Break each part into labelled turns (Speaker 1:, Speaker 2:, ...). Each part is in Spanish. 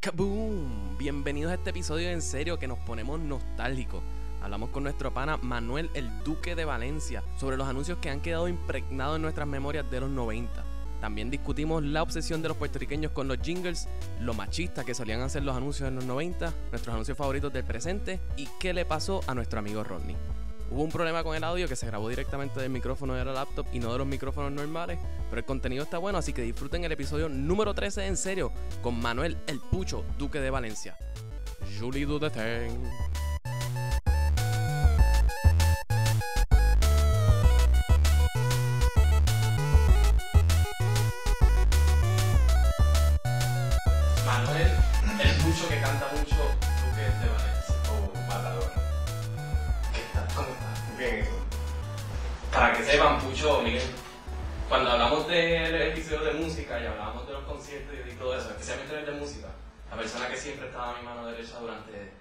Speaker 1: ¡Kaboom! Bienvenidos a este episodio en serio que nos ponemos nostálgicos. Hablamos con nuestro pana Manuel el Duque de Valencia sobre los anuncios que han quedado impregnados en nuestras memorias de los 90. También discutimos la obsesión de los puertorriqueños con los jingles, lo machista que solían hacer los anuncios en los 90, nuestros anuncios favoritos del presente y qué le pasó a nuestro amigo Rodney. Hubo un problema con el audio que se grabó directamente del micrófono de la laptop y no de los micrófonos normales, pero el contenido está bueno, así que disfruten el episodio número 13 de en serio con Manuel El Pucho, Duque de Valencia. Julie do the thing. Manuel El Pucho que canta mucho, Duque de Valencia.
Speaker 2: o matador.
Speaker 1: ¿Qué tal? ¿Cómo estás?
Speaker 2: Bien, eso.
Speaker 1: Para que sepan, Pucho, miren, cuando hablamos del episodio de música y hablamos de los conciertos y todo eso, especialmente en el de música, la persona que siempre estaba a mi mano derecha durante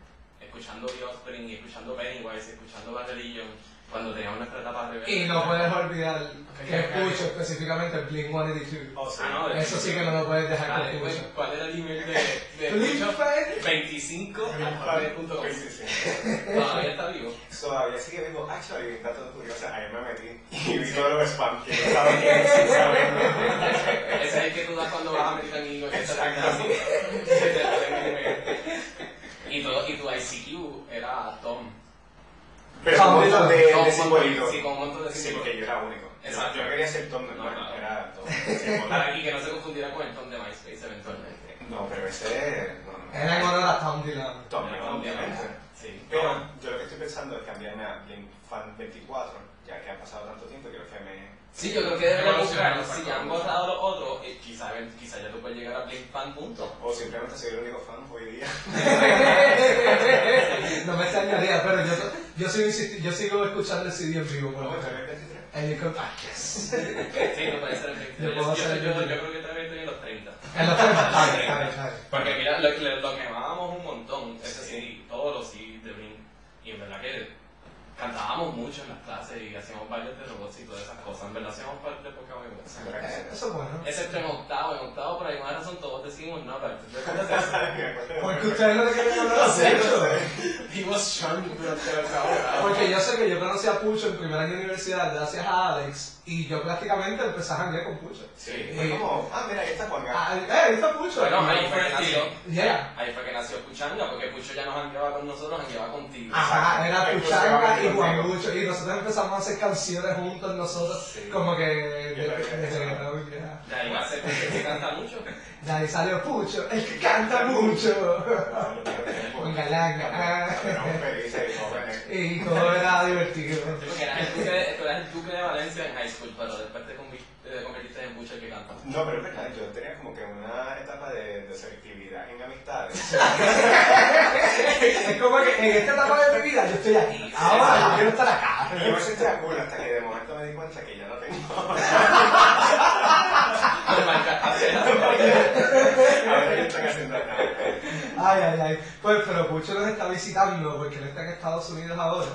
Speaker 1: escuchando The Offspring y escuchando Pennywise y escuchando Bad Religion, cuando teníamos nuestra etapa rebelde.
Speaker 3: Y no puedes olvidar que
Speaker 1: ok.
Speaker 3: escucho específicamente Blink 182.
Speaker 2: O sea,
Speaker 1: Ah, no, de-
Speaker 3: Eso sí que no lo puedes dejar
Speaker 1: Dale,
Speaker 3: que
Speaker 1: pues,
Speaker 3: escucho.
Speaker 1: ¿Cuál era el email de, de
Speaker 3: Blink
Speaker 1: Pucho?
Speaker 3: Fed.
Speaker 1: 25 alfabeto.com.
Speaker 2: Sí, sí, sí.
Speaker 1: Todavía está vivo.
Speaker 2: Todavía sigue viendo actually, está todo tuyo. O sea, ahí me metí y vi todo lo spam que no saben qué es, sí saben.
Speaker 1: Ese es el que tú das cuando vas a American Eagle. que te
Speaker 2: Exacto.
Speaker 1: dan así, que te hacen un email. Y todo- y tu ICQ era Tom.
Speaker 2: Pero con un montón de,
Speaker 1: Tom,
Speaker 2: de
Speaker 1: Tom,
Speaker 2: simbolitos.
Speaker 1: Sí, con un montón de
Speaker 2: Sí,
Speaker 1: simbolitos.
Speaker 2: porque yo era único.
Speaker 1: Exacto.
Speaker 2: Yo quería ser Tom normal,
Speaker 1: No, claro.
Speaker 2: era Tom.
Speaker 1: Para
Speaker 2: simbólico.
Speaker 1: y que no se confundiera con el Tom de MySpace eventualmente.
Speaker 2: No, pero ese. No, no.
Speaker 3: Era en honor a Tom Dylan.
Speaker 2: Tom,
Speaker 1: Pero
Speaker 2: no, obviamente.
Speaker 1: Sí.
Speaker 2: Pero yo lo que estoy pensando es cambiarme a Blink Fan 24, ya que ha pasado tanto tiempo, quiero que me.
Speaker 1: Sí, yo creo que deberían
Speaker 4: Pero
Speaker 1: buscar.
Speaker 4: sí,
Speaker 1: Si
Speaker 4: exacto.
Speaker 1: ya han borrado los otros, eh, quizá, quizá ya tú puedes llegar a BlinkFan punto.
Speaker 2: O simplemente soy el único fan hoy día.
Speaker 3: No me extrañaría, pero yo, yo, sigo, insisti- yo sigo escuchando el CD en vivo. por lo
Speaker 2: ¿Cómo
Speaker 3: menos.
Speaker 2: está el 23?
Speaker 3: En el con- ah, yes.
Speaker 1: Sí, no puede ser el 23.
Speaker 3: Yo puedo
Speaker 1: Yo,
Speaker 3: hacer el
Speaker 1: yo- yo
Speaker 3: 23.
Speaker 1: creo que todavía estoy en los 30.
Speaker 3: En los temas. Está bien, está bien, está bien.
Speaker 1: Porque mira, lo, lo, lo quemábamos un montón, ese
Speaker 2: Sí.
Speaker 1: sí, todos los sí de Blink. Y en verdad que cantábamos mucho en las clases y hacíamos bailes de robots y todas esas cosas. En verdad hacíamos parte de poca vergüenza.
Speaker 2: ¿Verdad que sí?
Speaker 3: Eh, Eso es bueno.
Speaker 1: Excepto en octavo, en octavo por alguna razón todos decimos no, pero ¿te acuerdas de
Speaker 2: pues,
Speaker 3: Porque ustedes no le quieren hablar
Speaker 2: No
Speaker 3: a
Speaker 2: sé, no
Speaker 3: Pucho.
Speaker 2: sé.
Speaker 1: eso? He was charming, pero te lo acabo
Speaker 3: Porque yo sé que yo conocí a Pucho en primer año de universidad gracias a Alex. Y yo prácticamente empecé a janguear con Pucho.
Speaker 2: Sí, fue como, ah, mira, ahí está Juan Gabriel.
Speaker 3: Ah, eh, ahí está Pucho.
Speaker 1: Bueno, ahí fue que
Speaker 4: Sí.
Speaker 1: nació,
Speaker 3: Yeah.
Speaker 1: ahí fue que nació Puchanga, porque Pucho ya nos jangueaba con nosotros, jangueaba contigo.
Speaker 3: Ajá, era
Speaker 2: Ay,
Speaker 3: Puchanga
Speaker 2: pues,
Speaker 3: y
Speaker 2: amigo.
Speaker 3: Guamucho. Y nosotros empezamos a hacer canciones juntos nosotros,
Speaker 2: Sí.
Speaker 3: como que de,
Speaker 2: Yo también.
Speaker 3: de reggaetón, ya.
Speaker 1: De ahí va a ser porque se canta mucho.
Speaker 3: De ahí salió Pucho, el que canta mucho.
Speaker 2: Ah, no, pero tiempo.
Speaker 3: Con galanga. Ah.
Speaker 2: Pero un feliz ahí, jóvenes.
Speaker 3: Y todo era divertido.
Speaker 1: Porque eras el, duque de, tú eras el duque de Valencia en high school, pero después te, convi- te convertiste en Pucho el que canta.
Speaker 2: No, pero es verdad, yo tenía como que una etapa de, de selectividad en amistades.
Speaker 3: Es como que en esta etapa de mi vida yo estoy aquí. Ahora yo quiero estar acá.
Speaker 2: Y yo me sentía cool hasta que de momento me di cuenta que ya no tengo.
Speaker 1: Con marca-
Speaker 2: Ahora yo estoy haciendo nada.
Speaker 3: Ay, ay, ay. Pues, pero Pucho nos está visitando porque él está en Estados Unidos ahora.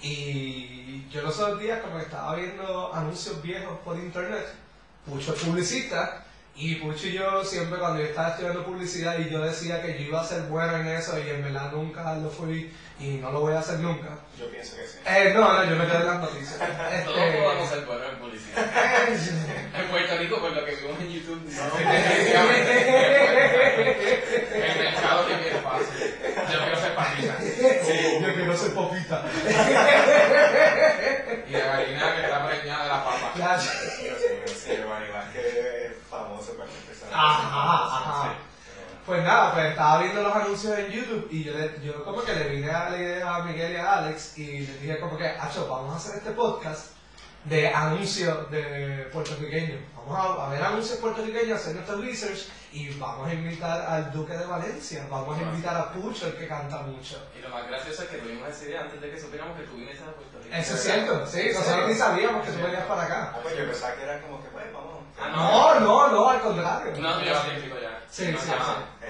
Speaker 3: Y yo los otros días, como que estaba viendo anuncios viejos por internet, Pucho es publicista. Y Pucho y yo siempre, cuando yo estaba estudiando publicidad y yo decía que yo iba a ser bueno en eso, y en verdad nunca lo fui y no lo voy a hacer nunca.
Speaker 2: Yo pienso que sí.
Speaker 3: Eh, no, no, yo me quedé en las noticias.
Speaker 1: Todos podemos ser buenos en publicidad.
Speaker 3: Este...
Speaker 1: En Puerto Rico, por lo que vimos en YouTube, no.
Speaker 4: El mercado tiene fácil. Yo quiero ser patita.
Speaker 3: Este, yo quiero ser popita.
Speaker 4: Y la gallina que está preñada de la papa.
Speaker 3: Claro.
Speaker 2: Dios mío, sí, Giovanni Vázquez es famoso para las personas.
Speaker 3: Ajá, ajá.
Speaker 2: Sí, pero bueno.
Speaker 3: Pues nada, pues estaba viendo los anuncios en YouTube y yo, le- yo como que le vine a, la idea a Miguel y a Alex y les dije como que, Acho, vamos a hacer este podcast de anuncios de puertorriqueños. Vamos a, a ver anuncios puertorriqueños, hacer nuestro research y vamos a invitar al Duque de Valencia, vamos a invitar a Pucho, el que canta mucho.
Speaker 1: Y lo más gracioso es que tuvimos esa idea antes de que supiéramos que tú viniste a Puerto Rico.
Speaker 3: Eso es cierto, sí, nosotros ni sabíamos que tú venías para acá.
Speaker 2: Ah, pues yo pensaba que era como que, pues, vamos.
Speaker 1: Ah,
Speaker 3: No, no, no, al contrario.
Speaker 1: No, yo sí, chico, ya.
Speaker 3: Sí,
Speaker 1: No,
Speaker 3: sí,
Speaker 1: ya.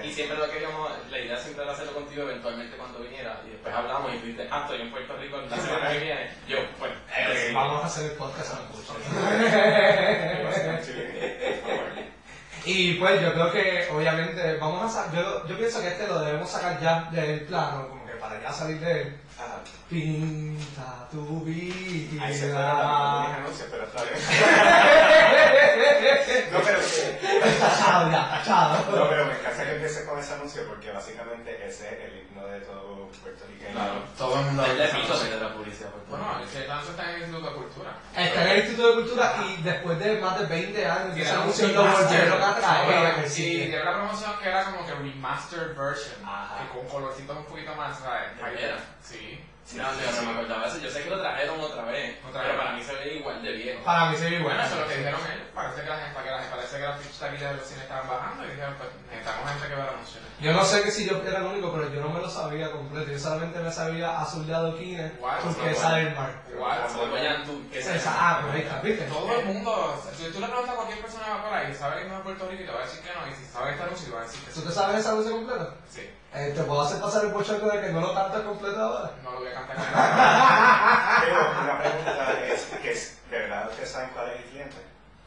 Speaker 2: sí.
Speaker 1: Y siempre lo queríamos, la idea siempre era hacerlo contigo eventualmente cuando viniera. Y después hablamos y tú dices, ah, estoy en Puerto Rico la semana que viene. Yo, pues, eh,
Speaker 3: Vamos a hacer el podcast a Pucho.
Speaker 2: Yo voy a ser un chileno, por favor.
Speaker 3: Y pues yo creo que obviamente vamos a sa- yo, yo pienso que este lo debemos sacar ya del plano, como que para ya salir de él.
Speaker 2: Ajá.
Speaker 3: Pinta tu
Speaker 2: Ah, Ahí se fueron las
Speaker 3: vida.
Speaker 2: mejores anuncios, pero está bien. No, pero...
Speaker 3: Habla,
Speaker 2: No,
Speaker 3: tachado.
Speaker 2: pero me encanta que empiece con ese anuncio porque básicamente ese es el himno de todo puertorriqueño.
Speaker 5: Claro, todo el mundo
Speaker 6: El
Speaker 5: habla
Speaker 6: defecto
Speaker 5: de
Speaker 6: de la publicidad. pues, por favor.
Speaker 4: Bueno, ese danza está en el Instituto de Cultura.
Speaker 3: Está en el Instituto de Cultura y después de más de 20 años, ese anuncio lo
Speaker 4: remaster.
Speaker 3: volvieron a
Speaker 4: No,
Speaker 3: traer.
Speaker 4: pero-
Speaker 3: Sí.
Speaker 4: Y de una promoción que era como que remastered version,
Speaker 5: Ajá.
Speaker 4: que con colorcitos un poquito más, ¿sabes?
Speaker 6: ¿De veras?
Speaker 4: Sí.
Speaker 6: No, yo no me acordaba de eso. Yo sé que lo trajeron otra vez,
Speaker 4: Otra
Speaker 6: pero
Speaker 4: vez.
Speaker 6: para mí se ve igual de viejo.
Speaker 3: Para mí se ve
Speaker 4: Bueno,
Speaker 3: bueno.
Speaker 4: eso es lo que dijeron ellos. Parece que las, para que las, parece que las pitch taquillas de los cines estaban bajando y dijeron, pues necesitamos gente que vea la música.
Speaker 3: Yo no sé que si yo era el único, pero yo no me lo sabía completo. Yo solamente me sabía azul de adoquines,
Speaker 4: Guau,
Speaker 3: turquesa del mar.
Speaker 4: Igual,
Speaker 6: Como Goyan Tú, que se-
Speaker 3: Esa- Ah, pero ahí está, ¿viste?
Speaker 4: todo el mundo, si tú le preguntas a cualquier persona que va por ahí, sabe que no es de Puerto Rico y te va a decir que no, y si sabe que está anuncio, te va a decir que
Speaker 3: ¿Tú
Speaker 4: sí.
Speaker 3: te sabes ese anuncio completo?
Speaker 4: Sí,
Speaker 3: Eh, ¿Te puedo hacer pasar el bochorno de que no lo cantas completo ahora?
Speaker 4: no lo voy a cantar con nada.
Speaker 2: Pero una pregunta es, que es, ¿de verdad ustedes saben cuál es el cliente?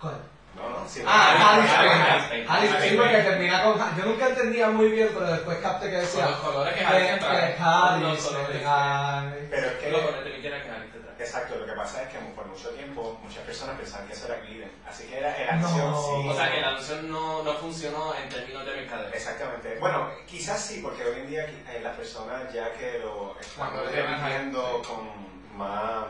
Speaker 3: ¿Cuál?
Speaker 2: No, no, sí.
Speaker 3: Ah, Alice
Speaker 6: Alice
Speaker 3: Payne.
Speaker 6: Payne.
Speaker 3: Alice
Speaker 4: Alice
Speaker 3: Payne, que termina con... Yo nunca entendía muy bien, pero después capté que
Speaker 4: Con los
Speaker 3: decía...
Speaker 4: colores que
Speaker 3: "Eh,
Speaker 4: hay que
Speaker 3: eh,
Speaker 4: traer.
Speaker 6: Los
Speaker 3: Alice
Speaker 6: colores.
Speaker 3: Payne".
Speaker 2: Pero es
Speaker 6: Lo
Speaker 2: que,
Speaker 6: ponete que quiera que alguien te traje.
Speaker 2: exacto, lo que pasa es que por mucho tiempo muchas personas pensaban que eso era Gliden. Así que era el
Speaker 3: No.
Speaker 2: acción, sí.
Speaker 6: O sea que el anuncio no, no funcionó en términos de mercadeo.
Speaker 2: Exactamente. Bueno, quizás sí, porque hoy en día qui- eh, las personas ya que lo estamos
Speaker 4: Cuando lo llevan a-
Speaker 2: viviendo con más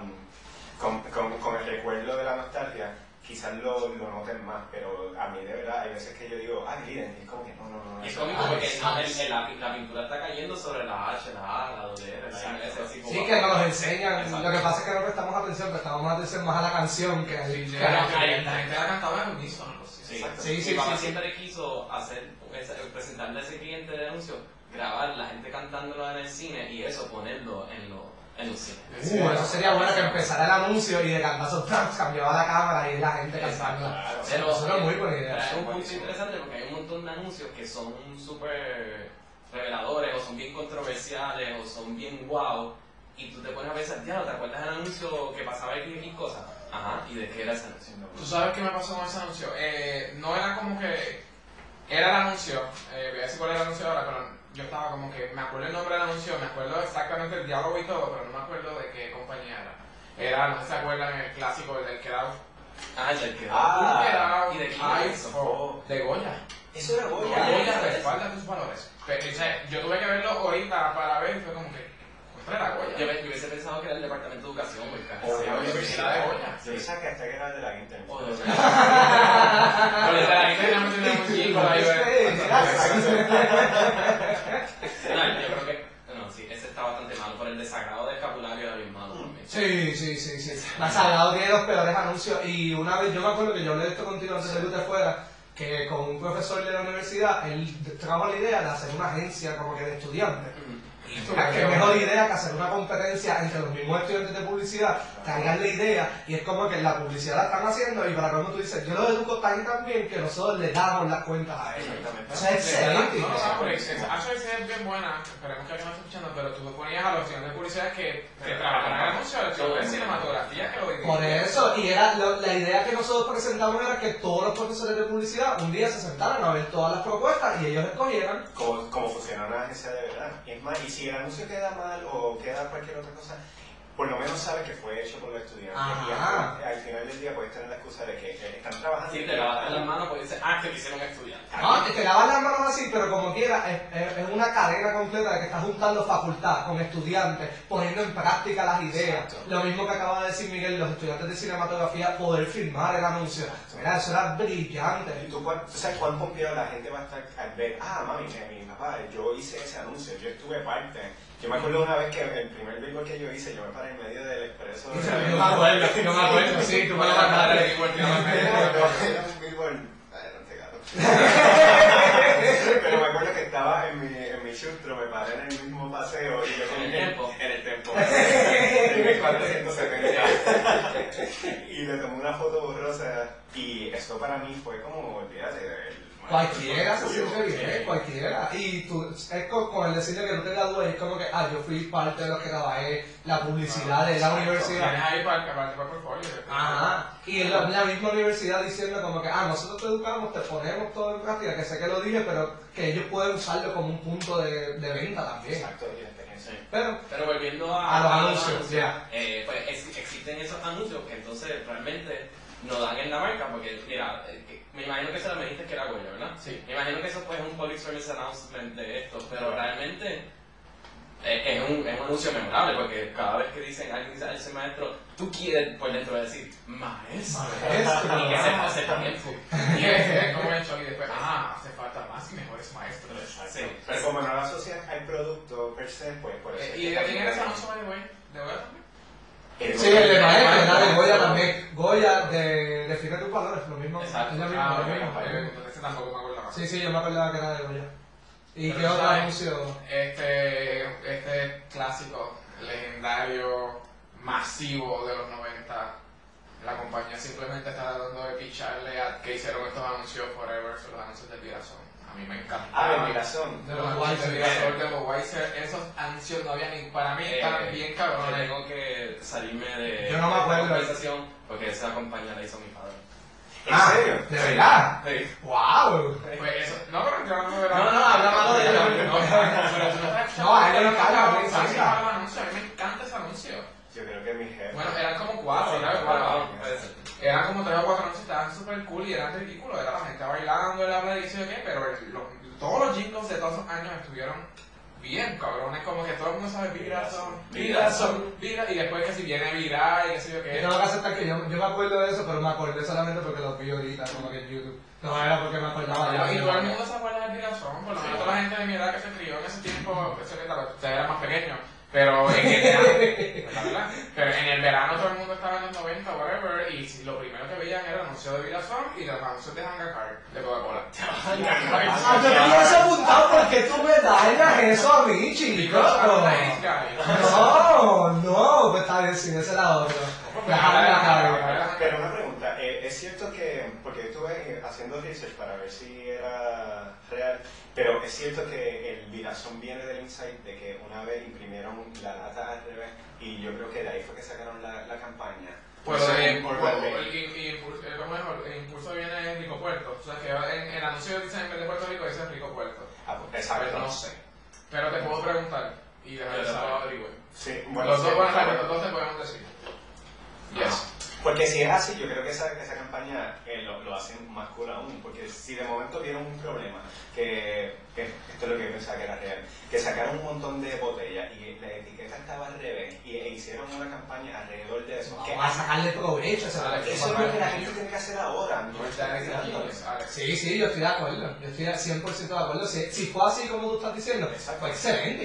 Speaker 2: con, con- con el recuerdo de la nostalgia, quizás lo, lo noten más, pero a mí de verdad hay veces que yo digo, ah, miren, y es como que no, no, no, no.
Speaker 6: Y es
Speaker 2: eso-
Speaker 6: cómico
Speaker 2: ah,
Speaker 6: porque
Speaker 2: es-
Speaker 6: no, el- el- la, la pintura está cayendo sobre la H, la A, la W, la
Speaker 2: Exacto.
Speaker 6: MS, así como...
Speaker 3: Sí, que nos los enseñan.
Speaker 6: Exacto.
Speaker 3: Lo que pasa es que no prestamos atención, prestamos atención más a la canción que al...
Speaker 4: Sí,
Speaker 3: que
Speaker 4: la
Speaker 3: al-
Speaker 4: gente la gente la cantaba en unísono, algo así.
Speaker 6: Sí,
Speaker 2: Exacto.
Speaker 3: Sí,
Speaker 6: Mi
Speaker 3: sí,
Speaker 6: papá
Speaker 3: sí, sí.
Speaker 6: siempre quiso hacer, esa- presentarle a ese cliente de anuncio, grabar la gente cantándolo en el cine y eso ponerlo en, lo, en los cines.
Speaker 3: Uh, eso sería bueno que empezara el anuncio y de cantazo ¡pam! cambiaba la cámara y la gente cantando.
Speaker 2: Claro.
Speaker 3: Pero eso era muy buena idea.
Speaker 6: Pero eh, es un punto
Speaker 2: Buenísimo.
Speaker 6: interesante porque hay un montón de anuncios que son súper reveladores o son bien controversiales o son bien guau y tú te pones a pensar, ya, ¿te acuerdas del anuncio que pasaba X y cosas? Ajá, ¿y de qué era ese anuncio?
Speaker 2: no.
Speaker 4: ¿Tú sabes qué me pasó con ese anuncio? Eh, no era como que. Era el anuncio, eh, voy a decir cuál era el anuncio ahora, pero yo estaba como que. Me acuerdo el nombre del anuncio, me acuerdo exactamente el diálogo y todo, pero no me acuerdo de qué compañía era. Era, no sé si se acuerdan, el clásico, el del que era.
Speaker 6: Ah, ya que
Speaker 2: Ah,
Speaker 4: que era
Speaker 6: ¿y de quién
Speaker 4: ay,
Speaker 6: era eso?
Speaker 4: oh, De Goya.
Speaker 2: Eso era
Speaker 4: De
Speaker 2: Goya.
Speaker 4: Goya respalda tus valores. Pero, o sea, yo tuve que verlo ahorita para ver y fue como que. Ostras, era Goya.
Speaker 6: Yo, me- yo hubiese pensado que era el departamento de educación, porque casi
Speaker 2: O
Speaker 6: se
Speaker 2: de la
Speaker 6: llama
Speaker 2: universidad de Goya.
Speaker 6: Goya.
Speaker 2: Yo pensaba que hasta que era de la Inter.
Speaker 6: O de-
Speaker 4: Pero de la gente no tenía muy chico, ahí ve.
Speaker 6: No, yo creo que. No, sí, ese está bastante malo. Por el desagrado de escapulario era bien malo también.
Speaker 3: Sí, sí, sí, sí. La Salgado tiene los peores anuncios. Y una vez, yo me acuerdo que yo hablé de esto contigo antes de que te fuera, que con un profesor de la universidad, él trajo la idea de hacer una agencia como que de estudiantes.
Speaker 4: Y tú,
Speaker 3: Ah, Qué mejor idea que hacer una competencia entre los mismos estudiantes de publicidad, traigan la idea, y es como que la publicidad la están haciendo, y para cuando tú dices, yo lo educo tan y tan bien que nosotros le damos las cuentas a ellos.
Speaker 2: Ah, Exactamente.
Speaker 3: Eso es excelente.
Speaker 4: No, no, no, pero es- es- Hacho ese es bien buena, esperemos que alguien nos esté escuchando, pero tú ponías a los estudiantes de publicidad que, que trabajaran en anuncios, a los estudiantes de cinematografía que lo
Speaker 3: Por
Speaker 4: dirigían.
Speaker 3: eso, y era lo- la idea que nosotros presentamos era que todos los profesores de publicidad un día se sentaran a ver todas las propuestas y ellos escogieran.
Speaker 2: Como, como funciona una agencia de verdad. Y es más, y si el anuncio queda mal o queda cualquier otra cosa, por lo menos sabe que fue hecho por los estudiantes. Y
Speaker 3: Ajá.
Speaker 2: al, al final del día puedes tener la excusa de que eh, están trabajando.
Speaker 6: Si te lavaste las manos, pues dices, ah, que te hicieron estudiar.
Speaker 3: No, te lavas las manos así, pero como quiera, es, es- es una cadena completa de que estás juntando facultad con estudiantes, poniendo en práctica las ideas.
Speaker 2: Exacto.
Speaker 3: Lo mismo que acaba de decir Miguel, los estudiantes de cinematografía poder filmar el anuncio. Mira, eso era
Speaker 2: ¿Y
Speaker 3: brillante.
Speaker 2: tú, cuán- tú sabes cuán pompeado la gente va a estar al ver? Ah, mami, que mi papá, yo hice ese anuncio, yo estuve parte. Yo me acuerdo una vez que el primer bingo que yo hice, yo me paré en medio del expreso. de la-
Speaker 3: acuerdo, yo me acuerdo, sí, tú
Speaker 4: Bueno, la cara de Billboard, que no me acuerdo.
Speaker 2: Era un Billboard. Ay, no te gano. Pero me acuerdo que estaba en mi, en mi chustro, me paré en el mismo paseo y yo
Speaker 6: En el
Speaker 2: como que-
Speaker 6: tempo.
Speaker 2: En el tempo. En 1470. Y le tomé una foto borrosa y esto para mí fue como, olvídate, el
Speaker 3: Cualquiera se siente
Speaker 6: Orgullo,
Speaker 3: bien,
Speaker 6: sí.
Speaker 3: cualquiera. Y tú, es con, con el decirle que no te gradúas, es como que, ah, yo fui parte de los que trabajé la publicidad de la
Speaker 4: Exacto.
Speaker 3: universidad.
Speaker 4: Tienes ahí para el para el portfolio.
Speaker 3: Ajá. Y en la, la misma universidad diciendo como que, ah, nosotros te educamos, te ponemos todo en práctica, que sé que lo dije, pero que ellos pueden usarlo como un punto de, de venta también.
Speaker 2: Exacto, y la experiencia.
Speaker 3: Pero,
Speaker 6: Pero volviendo a,
Speaker 3: A los anuncios, ya.
Speaker 6: eh, pues ex- existen esos anuncios que entonces realmente no dan en la marca, porque mira, eh, que- me imagino que se lo me dijiste que era Goya, ¿verdad?
Speaker 4: Sí.
Speaker 6: Me imagino que eso pues, es un public service announcement de esto, pero realmente eh, es, un, es un anuncio memorable, porque cada vez que dicen, alguien dice, ese maestro, tú quieres por dentro decir, maestro.
Speaker 3: maestro,
Speaker 6: Y que se pase también.
Speaker 4: Y es, es como el shock y después, ah, hace falta más y mejores maestros.
Speaker 6: Sí.
Speaker 2: Pero como no lo asocias al producto per se, pues por eso.
Speaker 4: Eh, ¿Y de quién era ese anuncio, by the way? ¿De Goya también?
Speaker 3: sí, el de maestro, era de Goya también. Goya, de, define tus valores, lo mismo.
Speaker 6: Exacto.
Speaker 3: Es lo mismo,
Speaker 4: Ah,
Speaker 3: lo
Speaker 4: bueno,
Speaker 3: mismo.
Speaker 4: eh, entonces tampoco me acuerdo la razón.
Speaker 3: Sí, sí, yo me acordaba que era de Goya. ¿Y
Speaker 4: Pero
Speaker 3: qué otro
Speaker 4: sabes-
Speaker 3: anuncio?
Speaker 4: Este, este clásico, legendario, masivo de los 90. La compañía simplemente está tratando de picharle a que hicieron estos anuncios Forever, son los anuncios de Virazón. A mí me encanta.
Speaker 2: Ah, de migración.
Speaker 4: De los anuncios de Virazón, de los Weiser, esos anuncios no había ni para mí, estaban
Speaker 6: Eh,
Speaker 4: bien
Speaker 6: Yo
Speaker 4: cabrones.
Speaker 6: tengo que salirme de
Speaker 3: Yo no me acuerdo.
Speaker 6: de la conversación porque esa compañía la hizo mi padre.
Speaker 2: ¿En serio?
Speaker 3: Ah, ¿De verdad? ¡Wow!
Speaker 4: Pues eso, no, pero yo
Speaker 6: No,
Speaker 4: no
Speaker 6: no, habla malo de
Speaker 4: No,
Speaker 6: ella.
Speaker 4: pero tú no estás
Speaker 3: No, a él le encanta, a
Speaker 4: escuchando,
Speaker 3: él le
Speaker 4: ¿sabes
Speaker 3: encanta.
Speaker 4: qué malo el anuncio? A mí me encanta ese anuncio.
Speaker 2: Yo creo que mi jefe.
Speaker 4: Bueno, eran como cuatro, eran
Speaker 6: Ah,
Speaker 4: cuatro.
Speaker 6: pues,
Speaker 4: Eran como tres o cuatro anuncios, estaban súper cool y eran ridículos. Era la gente bailando, era la edición y qué, pero el- los- todos los jingles de todos esos años estuvieron bien, cabrones. Como que todo el mundo sabe, vira son, vira son, vira. Y después que si viene vira y qué sé yo
Speaker 3: Yo
Speaker 4: qué.
Speaker 3: tengo que aceptar que yo, yo me acuerdo de eso, pero me acordé solamente porque lo vi ahorita, como que en YouTube. No era porque me acordaba ya.
Speaker 4: y todo el mundo se acuerda de Pirazón, por lo menos toda la gente de mi edad que se crió en ese tiempo, ese que tal vez era más pequeño, pero en el verano, la verdad, pero en el verano todo el mundo estaba en los 90, whatever, y si- lo primero que veían era el anuncio de Pirazón y los anuncios de Hangar Car, de Coca-Cola.
Speaker 3: Ah, yo tenía eso apuntado porque tú me dañas eso a mí, chico.
Speaker 4: Because I'm a nice guy.
Speaker 3: No, no, pues está bien, sí, ese era otro. Déjame la cara.
Speaker 2: Pero una pregunta, eh, es cierto que, porque yo estuve haciendo research para ver si era real, pero es cierto que el virazón viene del insight de que una vez imprimieron la lata al revés y yo creo que de ahí fue que sacaron la, la campaña.
Speaker 4: Pues
Speaker 2: Por ser
Speaker 4: el,
Speaker 2: por
Speaker 4: por-
Speaker 2: Valdez.
Speaker 4: el- el- el impulso, eh, ¿cómo es? El impulso viene en Rico Puerto. O sea, que en en el anuncio dicen en vez de Puerto Rico, dicen Rico Puerto.
Speaker 2: Ah, pues,
Speaker 4: Pero no
Speaker 2: Exacto.
Speaker 4: sé. Pero te puedo preguntar y dejar
Speaker 6: Yo
Speaker 4: el
Speaker 6: te
Speaker 4: sábado
Speaker 6: puedo.
Speaker 4: averigüe.
Speaker 2: Sí, bueno,
Speaker 4: Los
Speaker 2: sí,
Speaker 4: dos buenas
Speaker 2: claro.
Speaker 4: tardes, los dos te podemos decir. Yes.
Speaker 2: Porque si es así, yo creo que esa, que esa campaña eh, lo, lo hacen más cool aún. Porque si de momento vieron un problema, que, que esto es lo que yo pensaba que era real, que sacaron un montón de botellas y la etiqueta estaba al revés y e hicieron una campaña alrededor de eso. que
Speaker 3: Vamos a sacarle provecho a esa
Speaker 4: Dale,
Speaker 2: eso es lo que la gente tiene que hacer ahora. No
Speaker 4: Dale, yes, Alex.
Speaker 3: Sí, sí, yo estoy de acuerdo. Yo estoy 100% de acuerdo. Si, si fue así como tú estás diciendo, fue excelente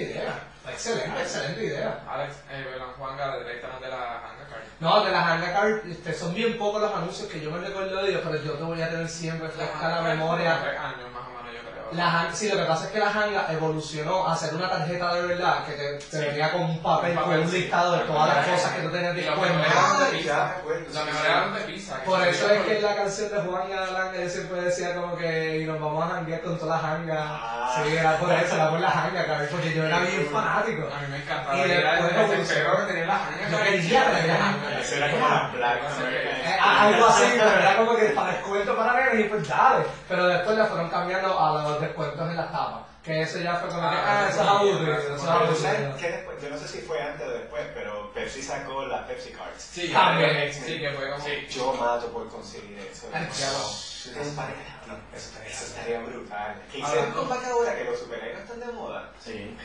Speaker 2: Ah,
Speaker 3: idea. Fue excelente, excelente idea.
Speaker 4: Alex, eh, perdón, Juan Gala, directamente de la Hanga Card.
Speaker 3: No, de las Hangar Card, este, son bien pocos los anuncios que yo me recuerdo de ellos, pero yo te voy a tener siempre fresca la memoria.
Speaker 4: Tres años más o menos, yo creo.
Speaker 3: La Han- sí, lo que pasa es que la Hanga evolucionó a ser una tarjeta de verdad que te, te
Speaker 2: Sí.
Speaker 3: venía con un papel,
Speaker 4: Un
Speaker 3: con
Speaker 4: papel,
Speaker 3: un
Speaker 4: sí.
Speaker 3: listado de todas las
Speaker 4: Ajá.
Speaker 3: cosas que tú tenías
Speaker 4: Y lo
Speaker 3: disponible.
Speaker 4: primero-
Speaker 2: La
Speaker 4: Los mejores eran de pizza. que
Speaker 3: Por
Speaker 4: se
Speaker 3: eso
Speaker 4: veía
Speaker 3: es
Speaker 4: por-
Speaker 3: que en la canción de Juan Galán él siempre decía como que y nos vamos a janguear con todas las hangas.
Speaker 2: Ah.
Speaker 3: Sí, era por eso, era por las hangas, cabrón, porque yo era bien fanático.
Speaker 4: A mí me encantaba.
Speaker 3: Y
Speaker 4: Era el
Speaker 3: después
Speaker 4: desespero
Speaker 3: evolucionó.
Speaker 4: que tenía la Hanga
Speaker 3: Yo
Speaker 4: Card.
Speaker 3: quería tener la Hanga Card.
Speaker 2: Eso era como la Black
Speaker 4: Sí.
Speaker 2: American.
Speaker 3: Eh, a- algo así, pero era como que para descuentos para nenes y pues dale. Pero después la fueron cambiando a los descuentos en las tapas. Que eso ya fue como que,
Speaker 4: Ah,
Speaker 3: ah, eso es
Speaker 4: sí,
Speaker 3: aburrido,
Speaker 4: sí,
Speaker 3: eso es
Speaker 4: sí.
Speaker 2: Pero,
Speaker 3: aburrido.
Speaker 2: ¿tú sabes qué después? Yo no sé si fue antes o después, pero Pepsi sacó las Pepsi Cards.
Speaker 4: Sí,
Speaker 3: También.
Speaker 4: que- sí, que fue como.
Speaker 2: Yo mato por conseguir eso.
Speaker 3: Ay,
Speaker 4: pues
Speaker 2: No,
Speaker 3: chavo.
Speaker 2: no, no, no, eso, eso estaría brutal. ¿Qué
Speaker 4: Ahora,
Speaker 2: hicieron con
Speaker 4: Ah, no.
Speaker 2: Paca ahora que los superhéroes están de moda?
Speaker 6: Sí.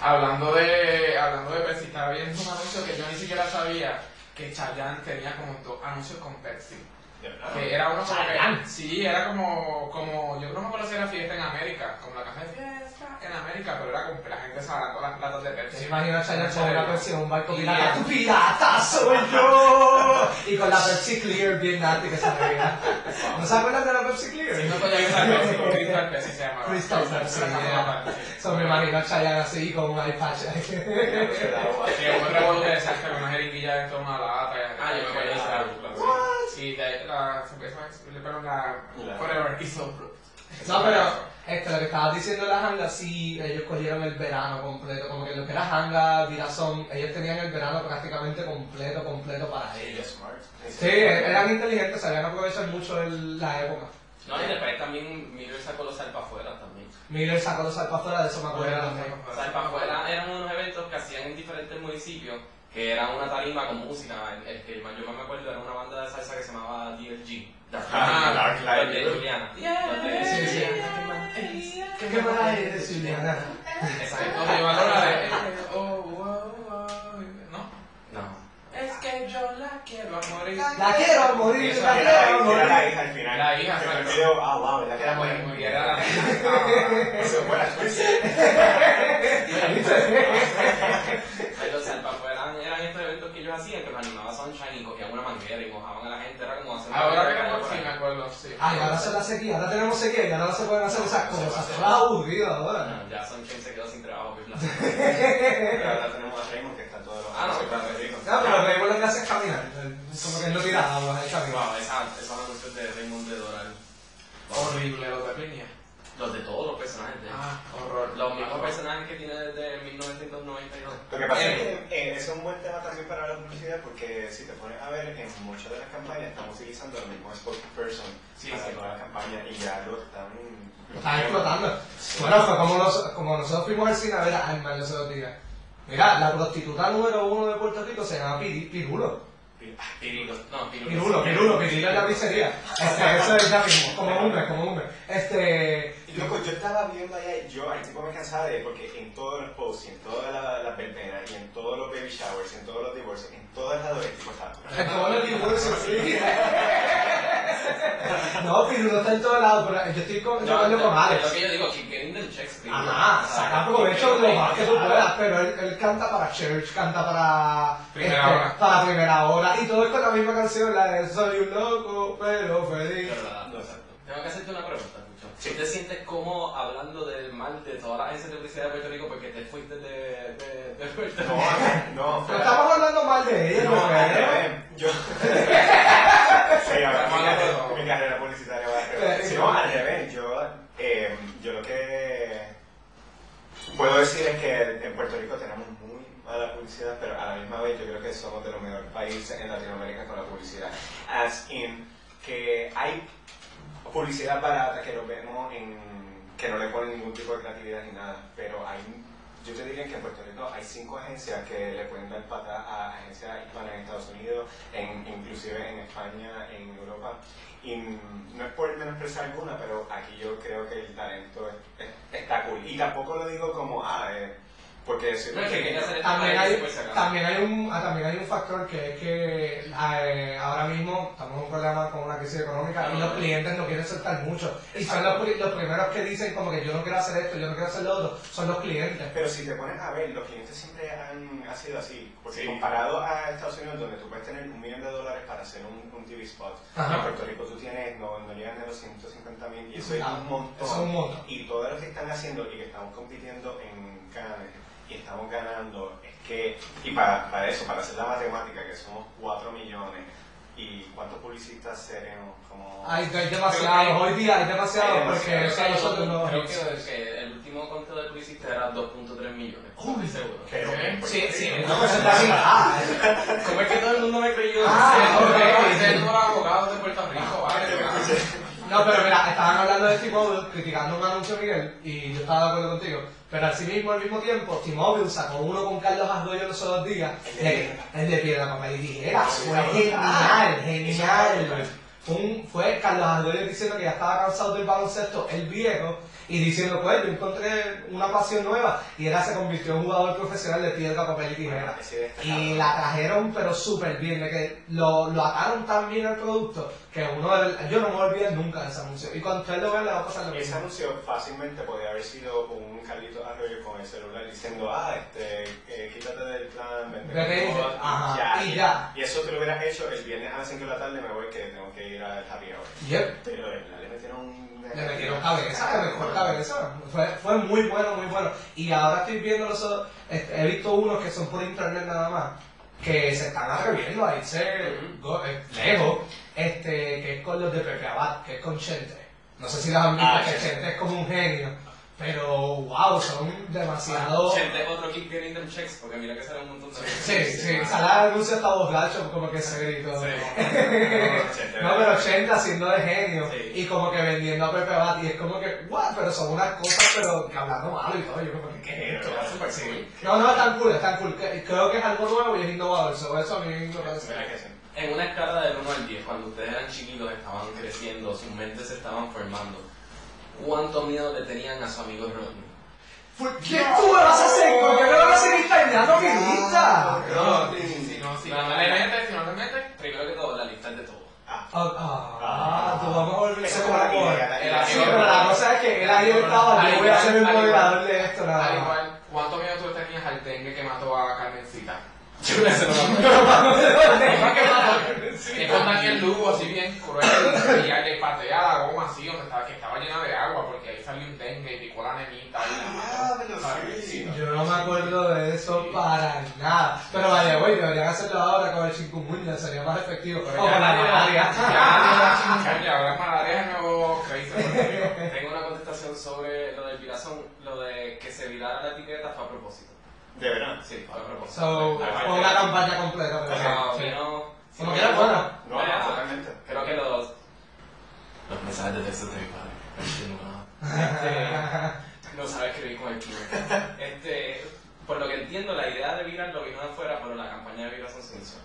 Speaker 4: Hablando de, hablando de Pepsi, estaba viendo un anuncio que yo ni siquiera sabía que Chayanne tenía como dos anuncios con Pepsi.
Speaker 2: De verdad.
Speaker 4: Que era uno como
Speaker 3: Chayanne.
Speaker 4: que, sí, era como, como, yo no me acuerdo si era Fiesta en América, como la canción de Fiesta en América, pero era como que la gente sacando las latas de
Speaker 3: Se
Speaker 4: Pepsi.
Speaker 3: imagina a Chayanne con una Pepsi pues, en un barco
Speaker 4: Y-
Speaker 3: pirata. ¡Tu pirata soy yo! Y con la Pepsi Clear bien nati que se veía. ¿No se acuerdan de la Pepsi Clear?
Speaker 4: No podía usar Pepsi, Crystal Pepsi se llamaba.
Speaker 3: Crystal Pepsi, yeah. So, me imagino a Chayanne así con un iPad.
Speaker 4: Sí, un rebote de salsa con una jeringuilla dentro de una lata. eh, y-
Speaker 6: Ah, yo me acuerdo de esa película, sí.
Speaker 4: Y de ahí la, pero la,
Speaker 2: La-
Speaker 4: Forever is so blue.
Speaker 3: No, pero este, lo que estabas diciendo de la hanga, sí, ellos cogieron el verano completo, como que lo que era hanga, virazón, ellos tenían el verano prácticamente completo, completo para ellos.
Speaker 2: ellos smart.
Speaker 3: Sí, er- eran inteligentes, sabían aprovechar mucho el- la época.
Speaker 6: No, y después también Miller sacó los salpafueras también.
Speaker 3: Miller sacó los salpafuera, de eso me acuerdo también.
Speaker 4: Ah,
Speaker 6: Salpafueras eran unos eventos que hacían en diferentes municipios, que era una tarima con música. El, el que más yo más me acuerdo era una banda de salsa que se llamaba DLG.
Speaker 2: Ah, Dark Light.
Speaker 6: Los de Juliana. Los de-
Speaker 3: Sí, sí. ¿Qué más eres, Juliana?
Speaker 6: Esa
Speaker 4: O
Speaker 6: gente.
Speaker 4: mi valora de. Oh, oh, oh, No.
Speaker 6: No.
Speaker 4: Es que yo la quiero a morir.
Speaker 3: La quiero morir,
Speaker 4: Eso
Speaker 3: la
Speaker 4: era-
Speaker 2: Era
Speaker 3: quiero
Speaker 2: la- era la
Speaker 3: morir.
Speaker 2: hija al final.
Speaker 4: La hija,
Speaker 2: Que
Speaker 4: exacto.
Speaker 2: me pidió, ah, wow, ¿verdad que
Speaker 4: Era
Speaker 2: era
Speaker 4: muy,
Speaker 2: buena?
Speaker 4: muy, era la-
Speaker 2: Eso es buena twist.
Speaker 6: Pero los salpafueras eran estos eventos que ellos hacían, que los animaba Sunshine y cogían una manguera y mojaban a la gente. Era como hacer una
Speaker 4: Ahora
Speaker 6: carrera
Speaker 4: que
Speaker 6: por
Speaker 4: sí
Speaker 6: ahí.
Speaker 4: me acuerdo, sí.
Speaker 3: Ay, ahora se la sequía, ahora tenemos sequía y ahora no se pueden hacer esas
Speaker 6: No, no se
Speaker 3: cosas.
Speaker 6: puede
Speaker 3: Está aburrido ahora.
Speaker 6: No, ya Sunshine se quedó sin trabajo. pues, la-
Speaker 2: Pero ahora tenemos a Raymond que está todo lo
Speaker 6: Ah, no,
Speaker 2: está
Speaker 6: claro.
Speaker 2: rico.
Speaker 3: No, pero Raymond lo que hace es caminar. Como que él no tira agua, es caminar.
Speaker 6: Wow, esa- esos anuncios de Raymond de Doral.
Speaker 4: Horrible, lo de Pinia.
Speaker 6: Los de todos los personajes. de-
Speaker 4: Ah, horror.
Speaker 6: Los mismos personajes que tiene desde 1992.
Speaker 2: Lo que pasa es que eh, es un buen tema también para la publicidad porque si te pones a ver en muchas de las campañas están utilizando el mismo spokesperson
Speaker 6: Sí,
Speaker 2: para
Speaker 6: sí.
Speaker 2: toda la campaña y ya lo están lo
Speaker 3: Está
Speaker 2: están-
Speaker 3: explotando. Bueno, fue como, nos- como nosotros fuimos al cine a ver a Alma los otros días. Mira, la prostituta número uno de Puerto Rico se llama Piri- Pirulo.
Speaker 2: ah,
Speaker 6: Pirulo. No, Pirulo.
Speaker 3: Pirulo, Pirulo, Pirulo es la pizzería. Este, eso es ya mismo, como hombre, como hombre. Este,
Speaker 2: Y Loco, yo estaba viendo allá y yo al tipo me cansaba de porque en todos los posts, y en todas la- las verbenas, y en todos los baby showers, y en todos los divorcios, en todas las dos, el tipo estaba.
Speaker 3: En todos los divorcios, sí. No, Pirulo está en todos lados, pero yo estoy con, yo hablo con
Speaker 6: Es lo
Speaker 3: Alex.
Speaker 6: que yo digo, keep getting the checks, Pirulo.
Speaker 3: Ajá, Ah, saca provecho de lo más que tú puedas, pero él, él canta para Church, canta para este,
Speaker 4: Primera hora.
Speaker 3: para primera hora, y todo es con la misma canción, la de Soy un loco, pero feliz.
Speaker 6: Pero la-
Speaker 2: No, exacto.
Speaker 6: Tengo que hacerte una pregunta, Pucho.
Speaker 2: Sí.
Speaker 6: ¿Tú te sientes como hablando del mal de todas las agencias de publicidad de Puerto Rico porque te fuiste de, de, de Puerto Rico?
Speaker 2: No, no,
Speaker 3: No
Speaker 2: fue-
Speaker 3: estamos hablando mal de ella,
Speaker 2: No, eh, al
Speaker 3: pero...
Speaker 2: revés. Yo. Sí, ahora mi carrera- mi carrera publicitaria va al revés. Sí, no, al revés. Yo, eh, yo lo que puedo decir es que en Puerto Rico tenemos muy mala publicidad, pero a la misma vez yo creo que somos de los mejores países en Latinoamérica con la publicidad. As in, que hay publicidad barata que nos vemos en. que no le ponen ningún tipo de creatividad ni nada, pero hay. Yo te diría que en Puerto Rico hay cinco agencias que le pueden dar patada a agencias hispanas en Estados Unidos, en, inclusive en España, en Europa. Y mm, no es por menospreciar alguna, pero aquí yo creo que el talento es- es- está cool. Y tampoco lo digo como, ah, eh, porque soy
Speaker 6: No, es que
Speaker 2: pequeño.
Speaker 6: quería hacer esto
Speaker 3: También
Speaker 6: para que
Speaker 3: hay,
Speaker 6: se puede sacar.
Speaker 3: también, hay un, ah, también hay un factor que es que eh, ahora mismo estamos en un problema con una crisis económica y los clientes no quieren soltar mucho. Y son los, pri- los primeros que dicen como que yo no quiero hacer esto, yo no quiero hacer lo otro, son los clientes.
Speaker 2: Pero si te pones a ver, los clientes siempre han ha sido así. Porque
Speaker 6: Sí.
Speaker 2: comparado a Estados Unidos, donde tú puedes tener un millón de dólares para hacer un, un TV spot,
Speaker 3: Ajá.
Speaker 2: en Ah, Puerto Rico tú tienes, no, no llegan a los 150 mil, y eso es
Speaker 3: Ah,
Speaker 2: un montón.
Speaker 3: Ah, eso es un montón.
Speaker 2: Y todo lo que están haciendo y que estamos compitiendo en Canadá y estamos ganando, es que, y para, para eso, para hacer la matemática, que somos 4 millones, ¿y cuántos publicistas seremos? Como...
Speaker 3: Hay, hay demasiados, hoy día hay demasiados
Speaker 2: Hay
Speaker 3: porque o
Speaker 2: demasiados.
Speaker 3: sea, nosotros no...
Speaker 6: Creo que, que el último conteo de publicista era 2.3 millones. Estoy seguro.
Speaker 2: Pero, pues,
Speaker 3: Sí, sí,
Speaker 2: eh,
Speaker 3: no, eso está sin- ah,
Speaker 6: ¿Cómo es que todo el mundo me creyó?
Speaker 3: Ah,
Speaker 6: Sí,
Speaker 3: ok.
Speaker 4: Ser- ser los abogados de Puerto Rico, ¿vale?
Speaker 3: No, pero mira, estaban hablando de T-Mobile, criticando un anuncio Miguel, y yo estaba de acuerdo contigo. Pero así mismo, al mismo tiempo, T-Mobile sacó uno con Carlos Arroyo los otros días,
Speaker 2: El de piedra.
Speaker 3: el de piedra, papel y tijera.
Speaker 2: Sí,
Speaker 3: Fue
Speaker 2: sí,
Speaker 3: genial,
Speaker 2: sí.
Speaker 3: genial. Fue un- fue Carlos Arroyo diciendo que ya estaba cansado del baloncesto, el viejo, y diciendo, pues, yo encontré una pasión nueva, y era se convirtió en jugador profesional de piedra, papel y tijera.
Speaker 2: Ese destacado.
Speaker 3: Y la trajeron pero súper bien, de que lo, lo ataron tan bien al producto que uno del- yo no me voy a olvidar nunca de ese anuncio. Y cuando usted lo vea le va a pasar lo
Speaker 2: Ese
Speaker 3: mismo.
Speaker 2: anuncio fácilmente podría haber sido un Carlito Arroyo con el celular diciendo, ah, este, eh, quítate del plan, vente
Speaker 3: Vete y-
Speaker 2: con nosotros",
Speaker 3: ajá, y ya.
Speaker 2: Y eso te lo hubieras hecho el viernes a las 5 de la tarde, me voy que tengo que ir al happy hour.
Speaker 3: Yep.
Speaker 2: Pero de verdad, le metieron un... Ah,
Speaker 3: Le metieron cabeza, le mejor cabeza. Fue, fue muy bueno, muy bueno. Y ahora estoy viendo los otros- este, he visto unos que son por internet nada más, que se están atreviendo a irse go- eh, lejos, este, que es con los de Pepe Abad, que es con Chente. No sé si las han visto,
Speaker 6: Ah,
Speaker 3: que
Speaker 6: sí.
Speaker 3: Chente es como un genio. Pero, wow, son demasiado...
Speaker 6: Gente, otro keep getting them checks, porque mira que sale un montón de
Speaker 3: Sí, sí, sale al anuncio hasta borracho, como que se gritó. No, pero 80 siendo de genio
Speaker 6: Sí.
Speaker 3: y como que vendiendo a Pepe Bati, es como que, guau, pero son unas cosas, pero que hablando malo y todo, yo como que, ¿qué es esto?
Speaker 6: Está súper cool.
Speaker 3: No, no, es tan cool, es tan cool, que- creo que es algo nuevo y es innovador, sobre eso a mí me
Speaker 2: ¿Verdad
Speaker 3: parece.
Speaker 2: que sí?
Speaker 6: En una escala del 1 al 10, cuando ustedes eran chiquitos, estaban creciendo, sus mentes se estaban formando, ¿cuánto miedo le tenían a su amigo Rodney?
Speaker 3: ¿Por qué tú me vas a hacer? ¿Por qué me vas a seguir dañando mi lista?
Speaker 4: Si no, si no
Speaker 6: Nada.
Speaker 4: le metes, si no le metes.
Speaker 6: Primero que todo, la lista es de todo.
Speaker 3: Ah, ah, tú vamos a volver a
Speaker 2: Eso
Speaker 3: ser
Speaker 2: es
Speaker 3: como
Speaker 2: como la
Speaker 3: la
Speaker 2: química, la
Speaker 3: cobra.
Speaker 2: química.
Speaker 3: Sí, pero la cosa es que él ahí estaba, yo voy a ser el
Speaker 4: Al igual, al
Speaker 3: moderador de esto,
Speaker 4: Al
Speaker 3: nada más.
Speaker 4: igual, ¿cuánto miedo tú tenías al dengue que mató a Carmencita?
Speaker 6: Yo no sé, no me acuerdo.
Speaker 4: Es con Daniel Lugo, así bien cruel, y a- le patea la goma así, donde estaba, que estaba llena de agua, porque ahí salió un dengue y picó la nenita. y la mató.
Speaker 2: Ah, pero sí.
Speaker 3: Yo no me acuerdo de eso para nada. Pero vaya, güey, deberían hacerlo ahora con el chikungunya, sería más efectivo. O
Speaker 4: Ya,
Speaker 3: con la malaria.
Speaker 4: ya, ya, ya, ahora es malaria es el nuevo crazy. porque-
Speaker 6: Tengo una contestación sobre lo del virazón, lo de que se virara la etiqueta fue a propósito.
Speaker 2: De verdad.
Speaker 6: Sí, fue a propósito.
Speaker 3: So, o una campaña completa, pero
Speaker 6: Pero,
Speaker 3: sí.
Speaker 6: pero-
Speaker 3: Como que era bueno.
Speaker 2: No, no,
Speaker 6: Vaya,
Speaker 2: totalmente.
Speaker 6: Creo que los, los mensajes de texto de mi padre. Este, no, no sabe escribir con el keyboard. Este, por lo que entiendo, la idea de Viral lo vino de afuera, pero la campaña de Viral son hizo.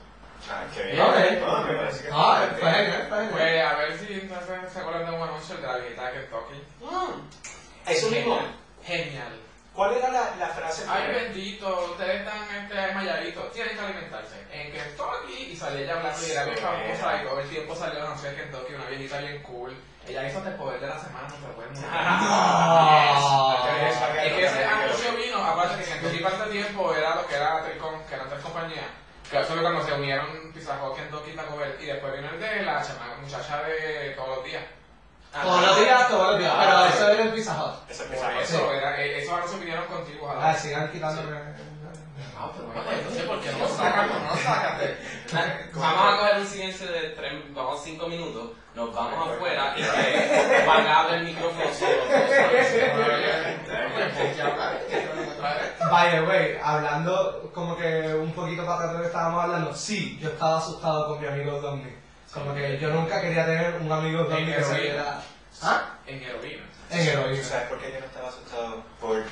Speaker 2: Ah, qué
Speaker 3: Ok.
Speaker 2: bien. No, me parece que
Speaker 3: eh. Ah, es bueno, es bueno.
Speaker 4: Pues a ver si entonces se acuerdan de un anuncio de la dieta de Kentucky.
Speaker 3: pues, eh.
Speaker 2: Mm. Eso mismo.
Speaker 4: Genial. Genial.
Speaker 2: ¿Cuál era la, la frase?
Speaker 4: Ay, bendito, ustedes están este, mayaditos, tienen que alimentarse. En Kentucky, y salía ella hablando y era bien
Speaker 2: Sí.
Speaker 4: famosa, y todo el tiempo salió la canción de Kentucky, una viejita bien cool. Ella hizo el poder de la semana, no se puede
Speaker 2: Ah.
Speaker 3: No.
Speaker 4: Es que ese anuncio vino, aparte que en Kentucky para ese tiempo era lo que era Tricom, que eran tres compañías. Que eso fue cuando se unieron Pizza Hut, Kentucky y Taco Bell, y después vino el de la chama- muchacha de todos los días. Ah,
Speaker 3: Todos los días, todos los días. Pero eso era el Pizza Hut.
Speaker 2: Eso
Speaker 4: Por
Speaker 2: es que se-
Speaker 4: eso, era, eh, esos anuncios vinieron contigo a
Speaker 3: Ah, sigan quitándome.
Speaker 6: Ah, pero bueno,
Speaker 4: Entonces,
Speaker 6: entonces,
Speaker 4: ¿por qué no lo sacas? No lo sacas.
Speaker 6: Vamos a coger un silencio de tres, vamos cinco minutos, nos vamos afuera y que van a abrir el micrófono solo.
Speaker 3: By the way, hablando como que un poquito para atrás de lo que estábamos hablando, sí, yo estaba asustado con mi amigo Domni. Como que yo nunca quería tener un amigo Domni que se
Speaker 4: heroína.
Speaker 3: viera. ¿Ah?
Speaker 4: En heroína.
Speaker 3: En heroína.
Speaker 2: ¿Sabes por qué yo no estaba asustado por Ro-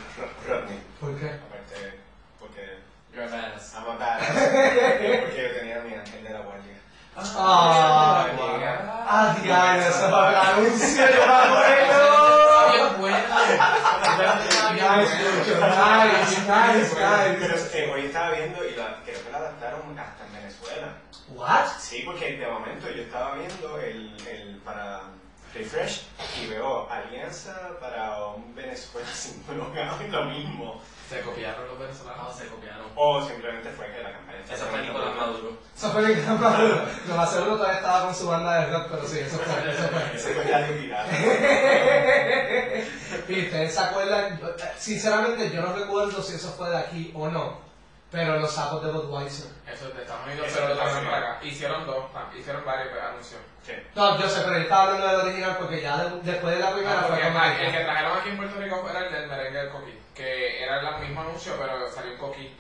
Speaker 2: Rodney?
Speaker 3: ¿Por qué?
Speaker 2: Aparte, porque.
Speaker 6: You're badass.
Speaker 2: I'm a badass. Porque yo tenía a mi ángel de la guardia.
Speaker 3: Ah,
Speaker 2: Ay,
Speaker 3: guau.
Speaker 2: mira.
Speaker 3: ah, diablo, eso fue el anuncio, yo me acuerdo.
Speaker 4: Bien buena.
Speaker 3: Nice, mucho, nice, nice, nice.
Speaker 2: Pero eh, hoy estaba viendo y la, creo que la adaptaron hasta en Venezuela.
Speaker 3: What?
Speaker 2: Sí, porque de momento yo estaba viendo el, el para refresh y veo Alianza para un Venezuela sin programa y lo mismo.
Speaker 4: Se copiaron los
Speaker 6: No,
Speaker 4: venezolanos.
Speaker 6: se copiaron.
Speaker 2: O simplemente fue que la campaña
Speaker 6: Eso fue Nicolás Maduro.
Speaker 3: Eso fue el gran Maduro. Lo más seguro todavía estaba con su banda de rock, pero sí, eso fue, eso fue.
Speaker 2: Se fue la debilidad.
Speaker 3: Y ustedes se acuerdan, Yo- sinceramente yo no recuerdo si eso fue de aquí o no, pero los sapos de Budweiser.
Speaker 4: Eso es de Estados Unidos, pero lo trajeron para acá. Hicieron dos, tam- hicieron varios pues, anuncios.
Speaker 2: Sí.
Speaker 3: No, yo sé, pero yo estaba hablando del original porque ya de- después de la primera
Speaker 4: Ah,
Speaker 3: fue
Speaker 4: porque
Speaker 3: como
Speaker 4: el el que
Speaker 3: que-
Speaker 4: trajeron aquí en Puerto Rico era el del merengue del coquí, que era el mismo anuncio, pero salió un coquí.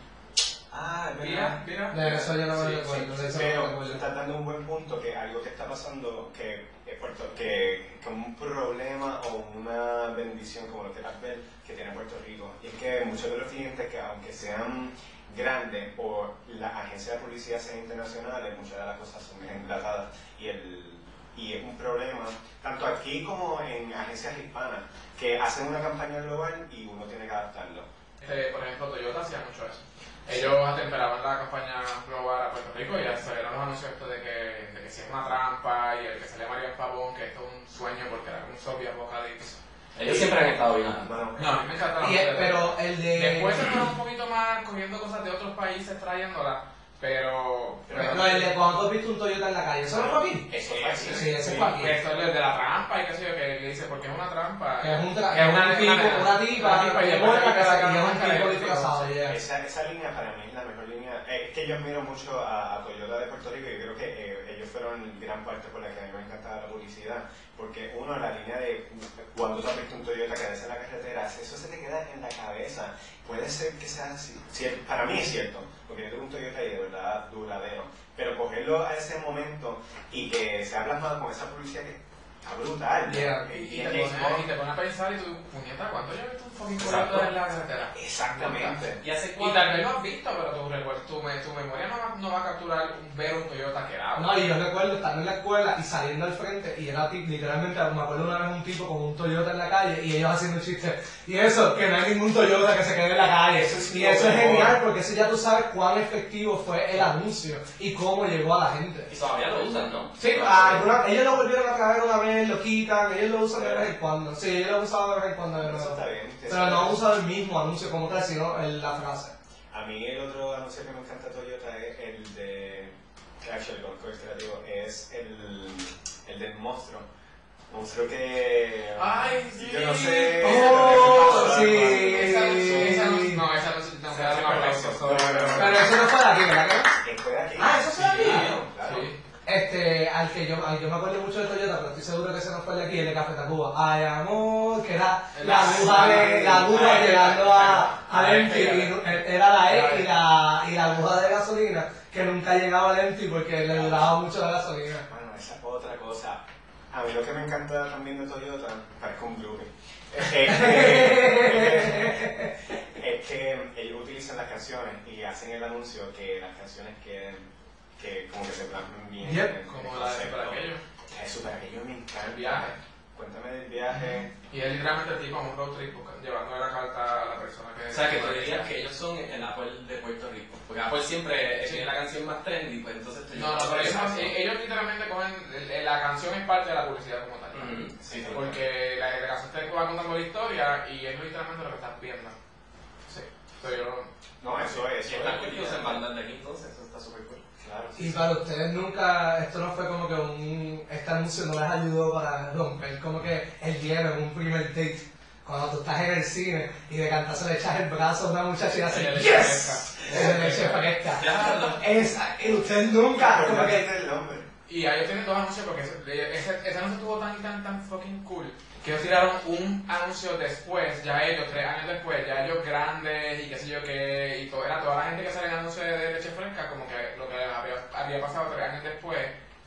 Speaker 2: Ah, es
Speaker 4: Mira,
Speaker 2: verdad.
Speaker 4: mira.
Speaker 3: De eso yo no me
Speaker 4: Sí, sí.
Speaker 3: recuerdo, de eso no me
Speaker 2: Pero
Speaker 3: recuerdo.
Speaker 2: estás dando un buen punto que algo que está pasando, que, eh, Puerto- que, que un problema o una bendición, como lo quieras ver, que tiene Puerto Rico. Y es que muchos de los clientes que aunque sean grandes o las agencias de publicidad sean internacionales, muchas de las cosas son enlatadas. Y, el, y es un problema, tanto aquí como en agencias hispanas, que hacen una campaña global y uno tiene que adaptarlo.
Speaker 4: Este, por ejemplo, Toyota hacía mucho eso. Ellos atemperaban la campaña global a Puerto Rico y salieron los anuncios estos de que, de que si es una trampa y el que se le María Pavón, que esto es un sueño porque era un zombie apocalipsis.
Speaker 6: Ellos siempre han estado bien.
Speaker 3: Ah.
Speaker 2: Bueno,
Speaker 4: No, a mí me encanta
Speaker 3: Y- pero eh, el de...
Speaker 4: Después se fueron un poquito más cogiendo cosas de otros países, trayéndolas, pero...
Speaker 3: No, el de cuando tú has visto un Toyota en la calle, ¿eso no fue aquí?
Speaker 2: eso fue así.
Speaker 3: Sí, ese
Speaker 2: Sí.
Speaker 3: fue aquí.
Speaker 4: Eso es de la trampa y qué sé yo, que que dice, ¿por qué es una trampa?
Speaker 3: Que es un, tra-
Speaker 4: Que
Speaker 3: que
Speaker 4: es
Speaker 3: es
Speaker 4: una
Speaker 3: un tipo,
Speaker 4: nena,
Speaker 3: una
Speaker 4: una
Speaker 3: tipa,
Speaker 4: tipa,
Speaker 3: que
Speaker 4: y
Speaker 3: muerta,
Speaker 4: después
Speaker 3: que
Speaker 4: la
Speaker 3: se- y es un
Speaker 4: cara
Speaker 3: tipo
Speaker 4: de-
Speaker 3: disfrazado, yeah.
Speaker 2: Esa, esa esa línea para mí es la mejor línea. Eh, es que yo admiro mucho a, a Toyota de Puerto Rico y creo que eh, ellos fueron gran parte por la que a mí me encantaba la publicidad. Porque uno, la línea de cu- cuando tú has visto un Toyota caerse en la carretera, eso se te queda en la cabeza. Puede ser que sea así. Si el- para mí es cierto, porque yo tengo un Toyota y de verdad duradero. Pero cogerlo a ese momento y que se ha plasmado con esa publicidad que está brutal.
Speaker 4: Yeah,
Speaker 2: Que-
Speaker 4: y,
Speaker 2: que-
Speaker 4: te
Speaker 2: que-
Speaker 4: pone, y te pone a pensar y tú, puñeta, ¿cuánto yo he visto un fucking
Speaker 6: Exacto.
Speaker 4: Toyota en la carretera?
Speaker 2: Exactamente.
Speaker 6: Y hace
Speaker 4: Y
Speaker 6: cuánto.
Speaker 4: tal vez lo has visto, pero tu, recuer- tu, me- tu memoria no va, no va a capturar un ver un Toyota que era.
Speaker 3: No, y yo recuerdo estar en la escuela y saliendo al frente y era tipo, literalmente, me acuerdo una vez un tipo con un Toyota en la calle y ellos haciendo chistes. Y eso, que no hay ningún Toyota que se quede en la calle.
Speaker 2: Eso es
Speaker 3: y
Speaker 2: lo
Speaker 3: eso es
Speaker 2: mejor.
Speaker 3: genial porque eso ya tú sabes cuán efectivo fue el anuncio y cómo llegó a la gente.
Speaker 6: Y todavía lo usan, ¿no?
Speaker 3: Sí, Ah. alguna- ellos lo volvieron a traer una vez, lo quitan, ellos lo usan de vez en cuando. Sí, ellos lo usaban de vez en cuando, de
Speaker 2: Eso
Speaker 3: verdad.
Speaker 2: está bien. usted
Speaker 3: Pero
Speaker 2: sabe.
Speaker 3: no han usado el mismo anuncio como tal, sino el- la frase.
Speaker 2: A mí el otro anuncio que me encanta de Toyota es el de... Actually, con reiterativo, es el, el del monstruo. Monstruo que...
Speaker 4: Ay, sí.
Speaker 2: Yo no sé...
Speaker 3: Oh,
Speaker 2: lo que me pasó,
Speaker 3: sí.
Speaker 4: Esa luz, esa luz, no, esa luz tengo que dar un aplauso.
Speaker 2: No, no, no,
Speaker 3: Pero eso no fue de aquí, ¿verdad? que no?
Speaker 2: Que fue aquí.
Speaker 4: Ah, eso fue
Speaker 2: Sí,
Speaker 4: aquí.
Speaker 2: claro, claro.
Speaker 4: Sí.
Speaker 3: Este, al que yo, al que yo me acuerdo mucho de Toyota, pero estoy seguro que ese no fue el de aquí, el de Café Tacuba. Ay, amor, que era la aguja de, la aguja llegando a, al Empty, y nu- era la E y la, y la aguja de gasolina, que nunca llegaba al Empty porque le duraba mucho la gasolina.
Speaker 2: Bueno, esa es otra cosa. A mí lo que me encanta también de Toyota, parezco un groupie, es que, es que ellos utilizan las canciones y hacen el anuncio que las canciones queden, que como que se plasmen bien.
Speaker 3: Yep,
Speaker 2: en el
Speaker 4: Como la de
Speaker 2: concepto.
Speaker 4: para aquello.
Speaker 2: Eso, para aquello me encanta.
Speaker 4: El viaje.
Speaker 2: Cuéntame del viaje.
Speaker 4: Y es literalmente el tipo en un road trip busca- llevando la carta a la persona que.
Speaker 6: O sea, que tú dirías que ellos son el Apple de Puerto Rico. Porque Apple siempre eh,
Speaker 4: pues, Sí.
Speaker 6: tiene la canción más trendy, pues entonces tú
Speaker 4: No, no, pero ellos, eh, ellos literalmente cogen. eh, La canción es parte de la publicidad como tal.
Speaker 6: Ujú, Mm, sí, sí.
Speaker 4: Porque la, la canción te va contando la historia y es literalmente lo que estás viendo. Sí. Pero yo no-
Speaker 2: No, eso es.
Speaker 6: Y
Speaker 2: eso
Speaker 6: están
Speaker 2: es.
Speaker 6: curiosos en bandas de aquí, entonces eso está súper cool.
Speaker 2: Claro, sí,
Speaker 3: Y
Speaker 2: sí.
Speaker 3: para ustedes nunca, esto no fue como que un, este anuncio no les ayudó para romper como que el hielo en un primer date. Cuando tú estás en el cine y de cantazo le echas el brazo a una muchacha y
Speaker 4: Ella le
Speaker 3: haces
Speaker 4: echa
Speaker 3: ¡Yes! Esa leche fresca.
Speaker 6: Claro.
Speaker 3: Esa, y usted
Speaker 2: Claro,
Speaker 3: nunca,
Speaker 2: pero
Speaker 3: como
Speaker 2: no
Speaker 3: que...
Speaker 2: dijiste este el nombre.
Speaker 4: Y ahí ellos tienen dos anuncios porque ese, ese, ese anuncio estuvo tan, tan, tan fucking cool que ellos tiraron un anuncio después, ya ellos, tres años después, ya ellos grandes y qué sé yo qué, y todo, era toda la gente que sale en anuncios de, de leche fresca, como que lo que había, había pasado tres años después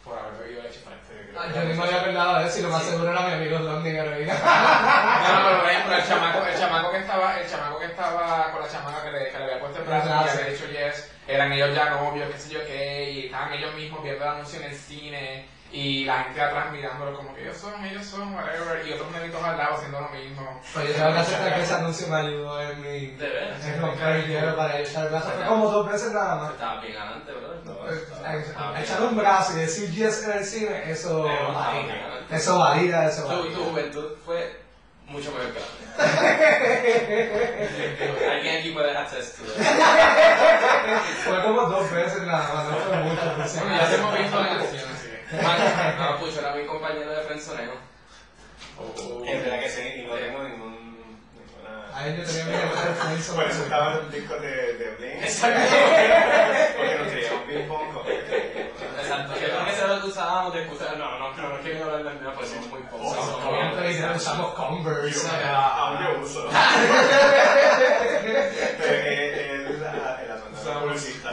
Speaker 4: por haber bebido leche fresca.
Speaker 3: Ah, Yo ni me había acordado de eso y lo más seguro era mi amigo Don de heroína.
Speaker 4: No, no, pero por ejemplo, el chamaco, el chamaco que estaba, el chamaco que estaba con la chamaca que le, que le había puesto el brazo y le había dicho yes, eran ellos ya novios, qué sé yo qué, y estaban ellos mismos viendo el anuncio en el cine, y la gente atrás mirándolo como que ellos son, ellos son, whatever, y otros nenitos al lado haciendo lo mismo.
Speaker 3: Pues yo tengo que aceptar que ese anuncio me ayudó en mi...
Speaker 6: De veras.
Speaker 3: en romper el hielo para echar el brazo. Fue como dos veces nada más.
Speaker 6: Estaba bien adelante, ¿verdad?
Speaker 2: No, está-
Speaker 3: Eh, Echar un brazo y decir yes en el cine, eso
Speaker 6: Pero estaba bien
Speaker 3: valida.
Speaker 6: adelante.
Speaker 3: Eso valida, eso
Speaker 6: Tu, tu
Speaker 3: valida.
Speaker 6: juventud fue mucho mejor que la mía. Alguien aquí puede access to it.
Speaker 3: Fue como dos veces nada más, no fue mucho. pues, sí.
Speaker 4: Bueno, ya lo hemos visto en el cine, así que.
Speaker 6: Bueno, Ah, No, pucho, era mi compañero de frenzoneo.
Speaker 4: Oh.
Speaker 2: Es verdad que sí, y no tengo ningún... ninguna-
Speaker 3: Ahí yo tenía mi hermano Alfonso.
Speaker 2: Por eso estaba en los discos de, de Blink. Porque nos creíamos bien poco.
Speaker 6: Exacto. Yo creo que eso era lo que usábamos de escuchar. No, no, no, no quiero hablar del mío, pues somos muy pocos.
Speaker 2: Oh,
Speaker 6: Somos
Speaker 2: no.
Speaker 6: bien
Speaker 3: Obviamente, literal, usamos Converse.
Speaker 2: Aún yo uso. Pero es el asunto publicista.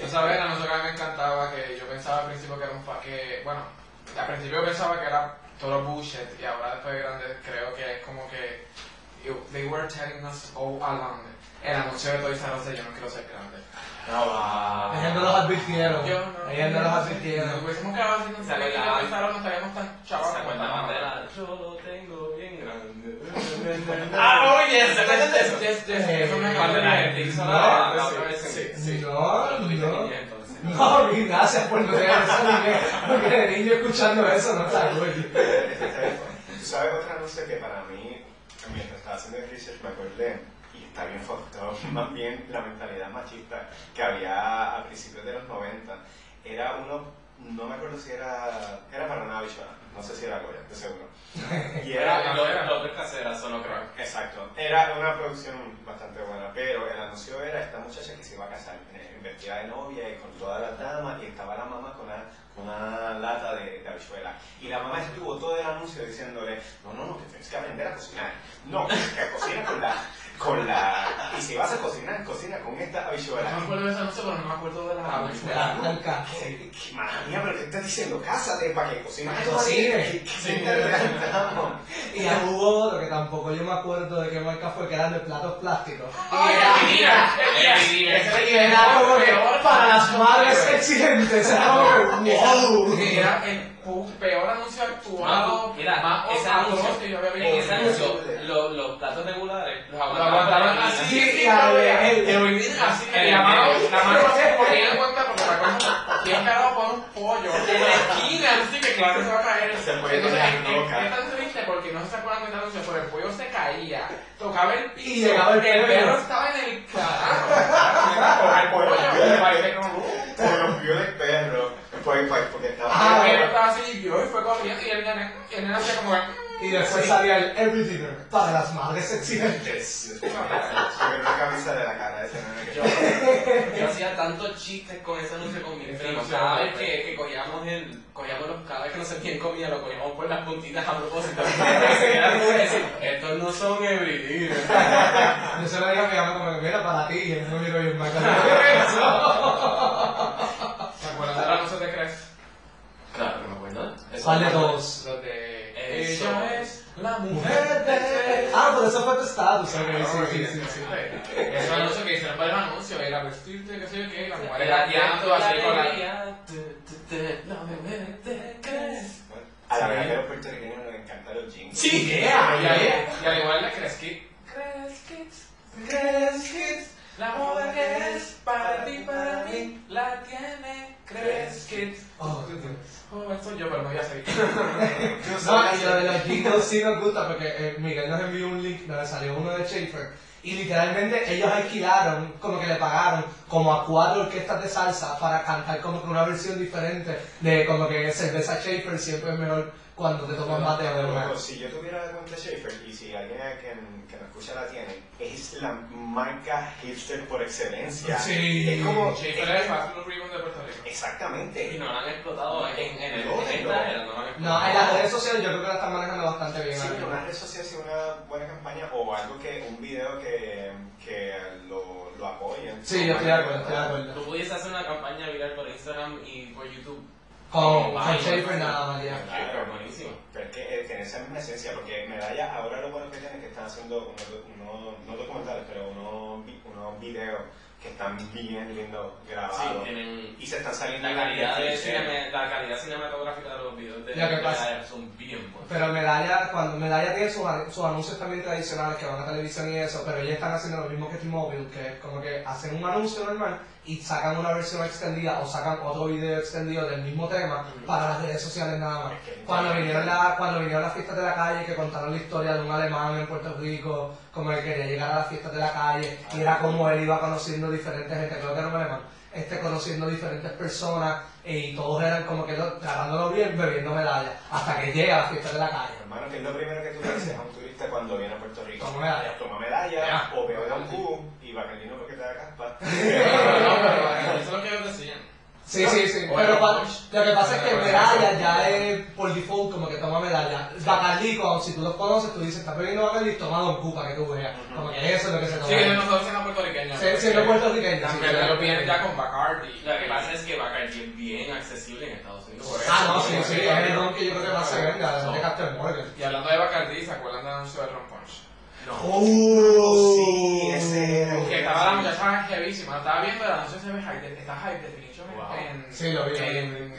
Speaker 4: Tú sabes, a nosotros me encantaba que yo pensaba al principio que era un fa que, bueno, al principio pensaba que era todo bullshit y ahora después de grande creo que es como que you- they were telling us all along. El anuncio de Toys R Us de yo no quiero ser grande.
Speaker 3: Ellos no los advirtieron.
Speaker 4: Yo no.
Speaker 3: Ellos no los
Speaker 4: Si
Speaker 3: advirtieron.
Speaker 4: hubiésemos quedado así, no
Speaker 6: Se
Speaker 4: sé qué
Speaker 6: acordaban.
Speaker 4: Toys R Us, no estaríamos tan chavos.
Speaker 6: ¿Se
Speaker 4: como
Speaker 6: acuerdan
Speaker 4: estamos
Speaker 6: de
Speaker 4: ahora.
Speaker 6: la Yo lo tengo bien grande.
Speaker 4: Ah, oye, ¿se acuerdan de eso?
Speaker 6: acuerdan
Speaker 4: Yes, yes,
Speaker 3: Eh,
Speaker 4: eso me
Speaker 6: Cuando la gente
Speaker 4: acuerdo.
Speaker 6: hizo
Speaker 3: No,
Speaker 6: la la
Speaker 2: sí,
Speaker 6: otra vez en-
Speaker 3: No,
Speaker 6: Cuando tú dices
Speaker 3: Ah, no.
Speaker 6: niña, entonces.
Speaker 3: No, y gracias por no tener eso, porque, porque de niño escuchando eso no está cool.
Speaker 2: Tú sabes otra anuncio que para mí, mientras estaba haciendo el research, me acordé, y está bien foto, más bien la mentalidad machista que había a principios de los 90, era uno no me acuerdo si era, era para una bichona, no sé si era Goya, de seguro. Y
Speaker 6: Era
Speaker 2: era,
Speaker 6: lo era lo que casera, solo creo.
Speaker 2: exacto, era una producción bastante buena, pero el anuncio era esta muchacha que se iba a casar, eh, vestida de novia y con todas las damas, y estaba la mamá con una, con una lata de, de habichuela. Y la mamá estuvo todo el anuncio diciéndole, no, no, no, que tienes que aprender a cocinar, no, que cocina con la, con la, y si vas a cocinar, cocina con esta habichuela.
Speaker 4: No me acuerdo de ese anuncio, pero no me acuerdo de la
Speaker 3: La
Speaker 4: habichuela.
Speaker 3: blanca.
Speaker 2: ¿Qué, qué madre mía, pero ¿qué estás diciendo? Cásate para que cocines todo
Speaker 3: Sí.
Speaker 2: ¿Qué, qué
Speaker 4: Sí.
Speaker 2: interpretamos?
Speaker 3: Y ya hubo otro que tampoco yo me acuerdo de qué marca fue, que eran de platos plásticos.
Speaker 4: ¡Ay, el Mira! ¡El Mira!
Speaker 3: Y era como que para las madres exigentes, era como que, wow.
Speaker 4: Era el pu- peor anuncio actuado,
Speaker 6: Mano, mira,
Speaker 4: más
Speaker 6: ese
Speaker 4: horroroso
Speaker 6: anuncio-
Speaker 4: que yo había
Speaker 6: En ese
Speaker 4: visto.
Speaker 6: anuncio, lo- los platos regulares los
Speaker 4: Lo aguantaron
Speaker 6: para-
Speaker 4: así,
Speaker 3: Sí,
Speaker 4: sí,
Speaker 3: la
Speaker 4: lo
Speaker 3: de
Speaker 4: veía.
Speaker 3: él.
Speaker 4: Lo vivían así,
Speaker 6: El
Speaker 4: y la mano,
Speaker 6: de él.
Speaker 4: la mano se ponía en cuenta porque la cosa, ¿quién carajo pone un pollo en la esquina? Así que claro que se va a caer.
Speaker 2: Se puede
Speaker 4: Entonces,
Speaker 2: caer,
Speaker 4: es-
Speaker 2: no
Speaker 4: es-
Speaker 2: cae.
Speaker 4: es tan triste porque no se acuerdan de ese anuncio, pero el pollo se caía, tocaba el piso,
Speaker 3: llegaba el perro.
Speaker 4: perro estaba en el carajo, con el pollo, y parece que no, uh.
Speaker 2: Por los pies del perro. Pues, pues, porque estaba.
Speaker 3: Ah,
Speaker 4: El perro estaba así y vio y fue corriendo y el nene, y el nene hacía como que,
Speaker 3: Y después salía el Every Dinner para las madres exigentes.
Speaker 2: Yes. Yo quiero una camisa de la cara de ese nene que
Speaker 6: Yo, yo hacía tantos chistes con ese anuncio con mis
Speaker 4: Ese
Speaker 6: primos.
Speaker 4: anuncio
Speaker 6: Cada
Speaker 4: era
Speaker 6: vez que,
Speaker 4: perfecto.
Speaker 6: que cogíamos el. Cogíamos los, cada vez que no sé quién comía, lo cogíamos por las puntitas a propósito. Era como decir, Estos no son everyday.
Speaker 3: Yo se lo dije a mi mamá como que mira para ti y él me miró bien mal. Eso.
Speaker 4: ¿se acuerdan del anuncio de Crespo?
Speaker 6: Claro, que me acuerdo. Eso-
Speaker 3: ¿Cuál de todos?
Speaker 4: Donde
Speaker 6: Eso.
Speaker 4: ella es la mujer
Speaker 3: Mujer de... Ah, por eso fue tu estatus. ok, Sí, sí, sí, sí.
Speaker 4: Eso anuncio que hicieron para el anuncio, era vestirte, qué sé yo qué, y la mujer
Speaker 6: Era
Speaker 4: era guiando así con la.
Speaker 6: alegría, tu, tu, tu, No me ves, te crees.
Speaker 2: A la verdad que a los puertorriqueños les encantan los jeans.
Speaker 3: Sí, eh,
Speaker 4: Y
Speaker 3: yeah, yeah.
Speaker 4: al- y al igual de Creskit.
Speaker 3: Crees que
Speaker 4: La moda que es para ti, para mí, la tiene Creskit.
Speaker 3: Oh, qué Dios.
Speaker 4: Oh, esto yo, pero no voy a seguir.
Speaker 2: Yo soy
Speaker 3: No, y lo de los jingles sí nos gusta porque eh, Miguel nos envió un link donde salió uno de Schaefer y literalmente ellos alquilaron, como que le pagaron como a cuatro orquestas de salsa para cantar como que una versión diferente de como que cerveza Schaefer siempre es mejor cuando te tomas más de una.
Speaker 2: Loco, si yo tuviera la cuenta Schaefer y si alguien que, que nos escucha la tiene, es la marca hipster por excelencia.
Speaker 3: Sí.
Speaker 2: Es como.
Speaker 4: Schaefer es el Fast Ribbon de Puerto Rico.
Speaker 6: Y
Speaker 2: Exactamente.
Speaker 6: no la han explotado en, en, en, en esta era, no la
Speaker 3: No,
Speaker 6: han
Speaker 3: en
Speaker 6: explotado.
Speaker 3: las redes sociales yo creo que la están manejando bastante bien.
Speaker 2: Sí,
Speaker 3: ahora
Speaker 2: pero
Speaker 3: mismo.
Speaker 2: una red social sí, una buena campaña o algo que, un video que, que lo, lo apoye.
Speaker 3: Sí, yo estoy de acuerdo, estoy de acuerdo.
Speaker 6: Tú pudiese hacer una campaña viral por Instagram y por YouTube.
Speaker 3: Con, con Schaefer nada más, ya.
Speaker 6: Claro, buenísimo.
Speaker 2: Pero es que eh, tiene esa misma esencia, porque Medalla ahora lo bueno que tiene es que están haciendo unos, unos- no documentales, pero unos, vi- unos videos que están bien lindos
Speaker 6: Sí,
Speaker 2: grabados.
Speaker 6: tienen
Speaker 2: y se están saliendo
Speaker 6: la calidad,
Speaker 2: de
Speaker 6: de cine- la calidad cinematográfica de los videos de
Speaker 3: Ya, ¿qué pasa?
Speaker 6: de- son bien buenos.
Speaker 3: Pero Medalla, cuando Medalla tiene sus, an- sus anuncios también tradicionales que van a televisión y eso, pero ellos están haciendo lo mismo que T-Mobile, que es como que hacen un anuncio normal y sacan una versión extendida o sacan otro video extendido del mismo tema para las redes sociales nada más. Cuando vinieron, la, cuando vinieron las fiestas de la calle, que contaron la historia de un alemán en Puerto Rico, como que quería llegar a las fiestas de la calle, y era como él iba conociendo diferentes gente, creo que era un alemán, este, conociendo diferentes personas, eh, y todos eran como que lo- tratándolo bien, bebiendo medallas, hasta que llega a las fiestas de la calle.
Speaker 2: Hermano, que es lo primero que tú le dices a un turista cuando viene a Puerto Rico.
Speaker 3: Toma medalla.
Speaker 2: Toma medalla,
Speaker 4: Ya.
Speaker 2: o bebe un cubo, y Bacardino porque te da caspa.
Speaker 4: Pero no, pero eso es lo que ellos decían.
Speaker 3: Sí, sí, sí.
Speaker 4: Bueno,
Speaker 3: Pero pa-
Speaker 4: pues,
Speaker 3: lo que pasa es que
Speaker 4: bueno,
Speaker 3: medalla
Speaker 4: bueno.
Speaker 3: ya es por default como que toma medalla. Bacardí, cuando si tú los conoces, tú dices, estás bebiendo Bacardí, toma Don Q para que tú veas. Como que eso es lo que se toma.
Speaker 4: Sí, que nosotros somos puertorriqueños.
Speaker 3: Sí, sí, los puertorriqueños, sí,
Speaker 4: También
Speaker 3: sí,
Speaker 4: lo
Speaker 3: sí.
Speaker 4: piden ya con Bacardi.
Speaker 6: Lo que pasa es que Bacardi es bien accesible en Estados Unidos.
Speaker 3: Ah, no, sí, sí, es el ron que yo creo que más se vende, además de Captain Morgan.
Speaker 4: Y hablando de Bacardi, ¿se acuerdan del anuncio de Ron Punch?
Speaker 6: No.
Speaker 3: ¡Oh!
Speaker 2: Sí, ese era.
Speaker 4: Que estaba la muchacha heavísima, estaba viendo el anuncio se ve high, de- está high definition
Speaker 6: Wow.
Speaker 4: en...
Speaker 3: Sí, lo vi.
Speaker 4: en-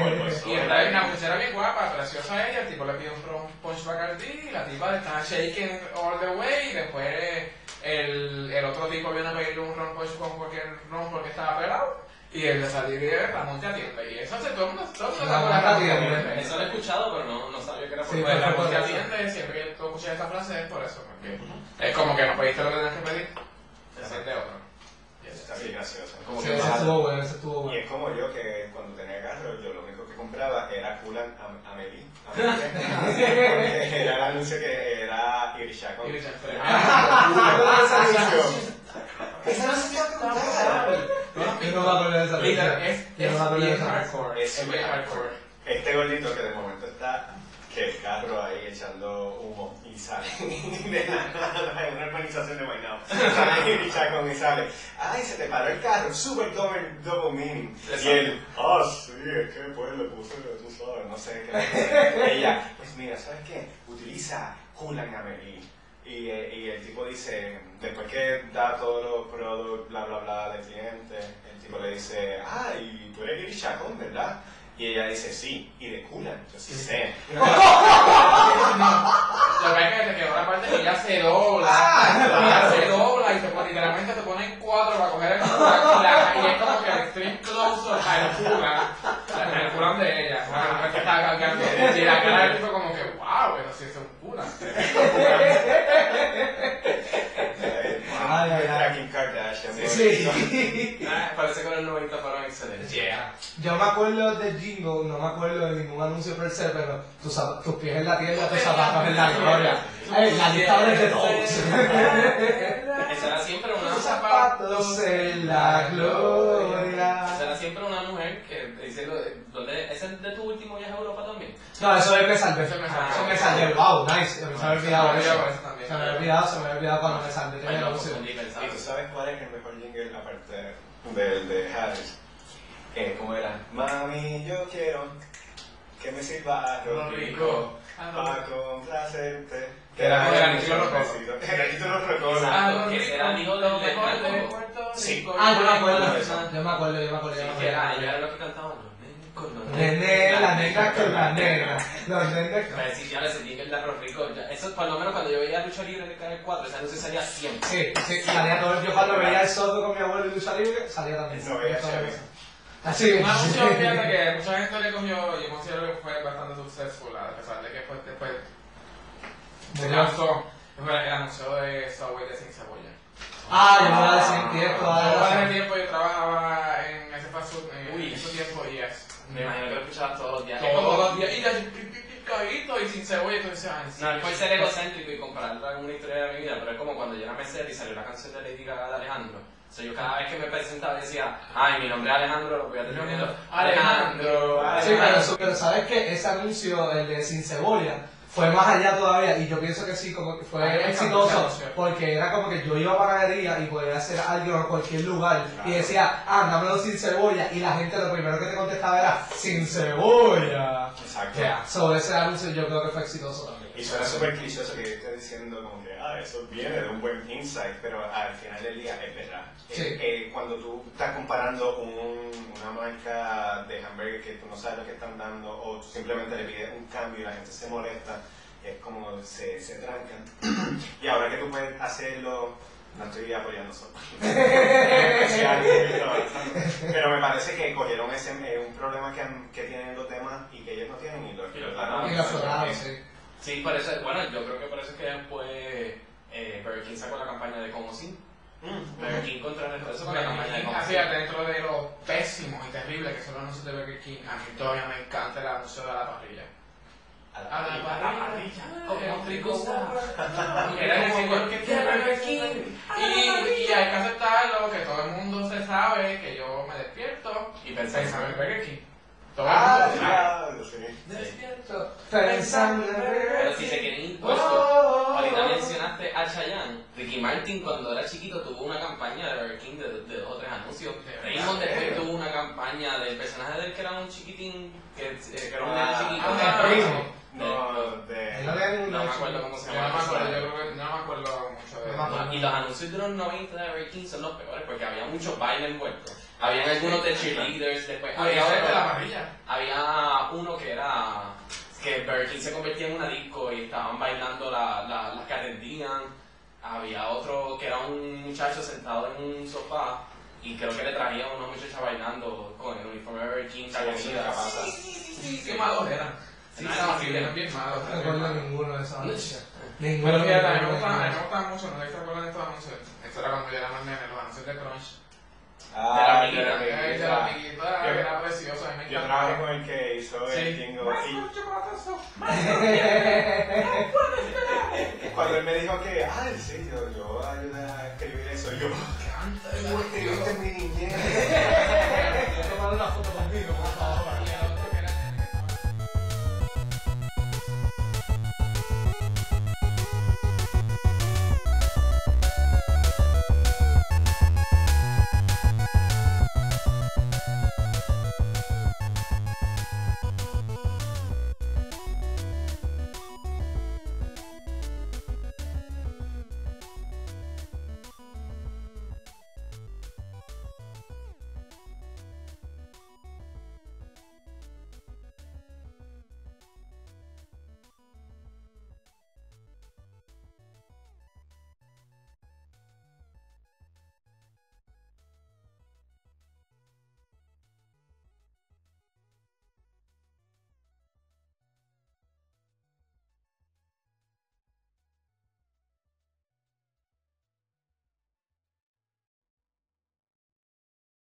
Speaker 2: Por- por eso.
Speaker 4: Y estaba una muchacha bien guapa, preciosa ella, el tipo le pide un ron punch Bacardi, y la tipa estaba shaking all the way, y después eh, el, el otro tipo viene a pedirle un ron punch con cualquier ron porque estaba pelado, y él le salió y le Ramón te atiende, y eso hace todo el mundo, todo el mundo
Speaker 3: Ramón
Speaker 4: está con
Speaker 3: te
Speaker 4: la
Speaker 3: atiende.
Speaker 4: Ramón.
Speaker 6: Eso lo he escuchado, pero no, no sabía que era por
Speaker 3: Sí,
Speaker 4: Pues
Speaker 3: pero-
Speaker 6: fuera.
Speaker 4: la música atiende, siempre que tú escuchas esta frase es por eso, porque es como que no pediste lo que tenías que pedir, te
Speaker 6: Exacto.
Speaker 4: siente otro.
Speaker 2: Está así graciosa. Como
Speaker 3: Sí,
Speaker 2: que
Speaker 3: ese
Speaker 2: baja-
Speaker 3: estuvo bueno, ese estuvo
Speaker 2: Y
Speaker 3: bueno.
Speaker 2: es como yo que cuando tenía carro, yo lo único que compraba era Kulan Am- Amelie. Amelie. era el anuncio que era Irisha con.
Speaker 4: Irisha, sí.
Speaker 3: Ah,
Speaker 2: Ese no se puede comprar.
Speaker 3: Yo no me acuerdo de esa
Speaker 4: Literal,
Speaker 3: película.
Speaker 4: es,
Speaker 3: Yo no
Speaker 4: es
Speaker 3: me acuerdo de
Speaker 4: bien
Speaker 3: esa
Speaker 4: hardcore.
Speaker 2: Es
Speaker 4: Es bien
Speaker 2: súper
Speaker 4: hardcore.
Speaker 2: Este gordito que de momento está que el carro ahí echando humo y sale de la nada, en una urbanización de Mainao. Sale Irisha con y sale. Ay, se te paró el carro, super double, double meaning. Y él, ah, sí, es que pues le puse, tú sabes, no sé qué. Ella, pues mira, ¿sabes qué? Utiliza Kulan Amelie. Y, eh, y el tipo dice, después que da todos los productos, bla, bla, bla, del cliente, el tipo le dice, ah, y tú eres Iris Chacón, ¿verdad? Y ella dice, sí, y de Kulan, yo sí sé.
Speaker 4: Lo que es que te quedó una parte que ya se dobla. Ya se dobla y te pone, literalmente te ponen cuatro para coger el la, y es como que el extreme close up al cura. El cura de ella. Bueno, es que estaba cargando. Y la cara del tipo como que, wow, pero si es un cura.
Speaker 3: Ay, ay, ay.
Speaker 2: Era Kim Kardashian. ¿no?
Speaker 3: Sí.
Speaker 6: Ah, parece que en el 90 fueron excelentes.
Speaker 4: Yeah.
Speaker 3: Yo me acuerdo de Jingle, no me acuerdo de ningún anuncio per se, pero tus, zap- tus pies en la tienda, tus zapatos en la gloria. Eh, la lista ahora es de todos.
Speaker 6: Esa era siempre una
Speaker 3: Tus zapatos en la
Speaker 6: Esa
Speaker 3: gloria.
Speaker 6: era siempre una mujer que diciendo, ¿dónde, ¿ese es de tu último viaje a Europa también?
Speaker 3: No, eso es me salvé.
Speaker 4: Eso
Speaker 3: Eso
Speaker 4: me salvé.
Speaker 3: me salvé. Wow, nice. Me había olvidado
Speaker 4: Me
Speaker 3: eso. Se
Speaker 4: había olvidado eso
Speaker 3: me había olvidado, se me había olvidado cuando me salvé.
Speaker 6: Ay,
Speaker 3: el
Speaker 6: no,
Speaker 3: anuncio.
Speaker 6: confundí, pensaba.
Speaker 2: ¿Y tú sabes cuál es el mejor jingle aparte del de Harris? Eh, ¿Cómo era? Mami, yo quiero que me sirva algo rico
Speaker 4: "Ah,
Speaker 2: para complacerte. Que
Speaker 4: Era- era Nicky
Speaker 2: Nicolás
Speaker 4: Locola.
Speaker 2: Era Nicolás Rocola.
Speaker 6: Ah, que será amigo de- de Puerto Rico.
Speaker 2: Sí.
Speaker 3: Ah, yo me acuerdo.
Speaker 2: eso.
Speaker 3: Yo me acuerdo, yo me acuerdo. yo me
Speaker 6: Que era,
Speaker 3: acuerdo.
Speaker 6: ella era lo que cantaba, los nenes con los
Speaker 3: Nene, la negra con la negra. Los nenes con-
Speaker 6: Para decir, ya les sentí que el de Arroz Rico, ya- eso por lo menos cuando yo veía Lucha Libre en el Canal 4, esa anuncio salía siempre.
Speaker 3: Sí, sí, salía todo. Yo cuando veía el sordo con mi abuelo y lucha libre, salía también.
Speaker 2: No veía
Speaker 3: Todo
Speaker 2: Chevy.
Speaker 3: eso. Así
Speaker 4: Un anuncio, fíjate que mucha gente le comió, yo considero que fue bastante successful, a pesar de que fue después se lanzó el anuncio de Subway de Sin Cebolla.
Speaker 3: Ah, yo me voy a decir tiempo,
Speaker 4: Yo en ese
Speaker 3: ahora.
Speaker 4: tiempo yo trabajaba en ese fast food, en
Speaker 6: Uy.
Speaker 4: ese tiempo y es
Speaker 6: Me imagino que lo escuchabas todos los días.
Speaker 4: todos los días, y ya picadito y sin cebolla, y tú dices, ah,
Speaker 6: No, es por ser egocéntrico y compararlo a alguna historia de mi vida, pero es como cuando yo era mesero y salió la canción de Lady Gaga de Alejandro. O sea, yo cada vez que me presentaba decía, ay, mi nombre es Alejandro, lo voy a tener unido.
Speaker 4: Alejandro,
Speaker 3: Sí, pero, eso- pero sabes que ese anuncio, el de Sin Cebolla, fue más allá todavía y yo pienso que sí, como que fue
Speaker 4: Ahí está,
Speaker 3: exitoso
Speaker 4: sí.
Speaker 3: porque era como que yo iba a panadería y podía hacer algo en cualquier lugar y decía, ah, dámelo sin cebolla y la gente lo primero que te contestaba era, sin cebolla.
Speaker 2: Exacto.
Speaker 3: Yeah, so ese anuncio yo creo que fue exitoso también.
Speaker 2: Y suena súper clichoso que yo esté diciendo como que, ah, eso viene de un buen insight, pero al final del día es verdad.
Speaker 3: Sí.
Speaker 2: Eh, eh, cuando tú estás comparando un- una marca de hamburger que tú no sabes lo que están dando o tú simplemente le pides un cambio y la gente se molesta, es como se, se trancan. y ahora que tú puedes hacerlo, no estoy apoyando solo. Sí, alguien lo hace. pero me parece que cogieron ese, eh, un problema que, han- que tienen los demás y que ellos no tienen y lo
Speaker 6: Y lo explotaron.
Speaker 3: Y lo floraron, sí.
Speaker 6: Sí, por eso, bueno, yo creo que por eso es que después eh, Burger King sacó la campaña de Como Sin.
Speaker 2: Mm.
Speaker 6: Burger King contra el refuerzo con la campaña de Como
Speaker 4: Así
Speaker 6: Sin.
Speaker 4: dentro de lo pésimo y terrible que son los anuncios de Burger King, a mí todavía me encanta el anuncio de la parrilla.
Speaker 2: A
Speaker 4: A la
Speaker 6: Ah,
Speaker 4: parrilla, como rico
Speaker 6: gusta.
Speaker 4: Era el señor que tiene Burger King. Y, y hay que aceptarlo, que todo el mundo se sabe que yo me despierto
Speaker 6: Y
Speaker 4: pensando en
Speaker 6: pensaba,
Speaker 4: Burger King. Todo el
Speaker 3: Ah,
Speaker 4: mundo sabe.
Speaker 2: Ah, sí.
Speaker 6: despierto.
Speaker 3: Pensando en
Speaker 6: Pero si se quieren ir
Speaker 3: ¡Oh!
Speaker 6: puestos. Ahorita
Speaker 4: Oh.
Speaker 6: mencionaste a Chayanne. Ricky Martin cuando era chiquito tuvo una campaña de Burger King de, de dos o tres anuncios. Raymond después tuvo una campaña del personaje del que era un chiquitín, que, eh, que era un nene
Speaker 2: Ah,
Speaker 6: chiquito.
Speaker 4: ah, Raymond.
Speaker 2: Eh, No,
Speaker 3: Yo
Speaker 2: de...
Speaker 3: no veo ningún
Speaker 6: No me
Speaker 3: anuncio.
Speaker 6: acuerdo cómo se
Speaker 4: Yo no me
Speaker 6: llama.
Speaker 4: acuerdo, yo creo que no me acuerdo mucho de
Speaker 3: No me acuerdo.
Speaker 6: No, Y los anuncios de los 90 de Burger King son los peores porque había muchos bailes envueltos. Habían algunos de cheerleaders, después había
Speaker 4: Había otro de Pues, la
Speaker 6: otro-
Speaker 4: parrilla.
Speaker 6: había uno que era que Burger King se convertía en una disco y estaban bailando la- la- las que atendían. Había otro que era un muchacho sentado en un sofá y creo que le traía a una muchacha bailando con el uniforme de Burger King,
Speaker 2: Esa canción
Speaker 6: comida.
Speaker 2: nunca pasa.
Speaker 4: Sí, qué malos eran. Sí,
Speaker 6: Ah,
Speaker 4: estaban
Speaker 6: sí,
Speaker 4: bien,
Speaker 6: bien.
Speaker 4: bien malos.
Speaker 3: No recuerdo ninguno de esos anuncios.
Speaker 4: Bueno,
Speaker 3: Ninguno.
Speaker 4: fíjate, a mí me
Speaker 3: ninguno,
Speaker 4: gusta- a mí me
Speaker 3: ninguno.
Speaker 4: gustaban mucho, no sé si se acuerdan de estos anuncios. Esto era cuando yo era más nene, los anuncios de Crunch.
Speaker 2: Ah,
Speaker 6: amiguita.
Speaker 2: de la
Speaker 4: Eh, de la
Speaker 2: amiguita.
Speaker 4: amiguita,
Speaker 2: Yo-
Speaker 4: era precioso, a mí me
Speaker 2: Yo
Speaker 4: encantaba.
Speaker 2: trabajé con el que hizo el
Speaker 4: Sí.
Speaker 2: jingle
Speaker 4: Más
Speaker 2: y-
Speaker 4: con chocolate azul, más
Speaker 2: Cuando él me dijo que, ay, sí, yo, yo voy a ayudar a escribir eso, yo,
Speaker 4: canta,
Speaker 2: escribiste
Speaker 4: güey.
Speaker 2: mi niñez.
Speaker 3: Tomar una foto conmigo, por favor.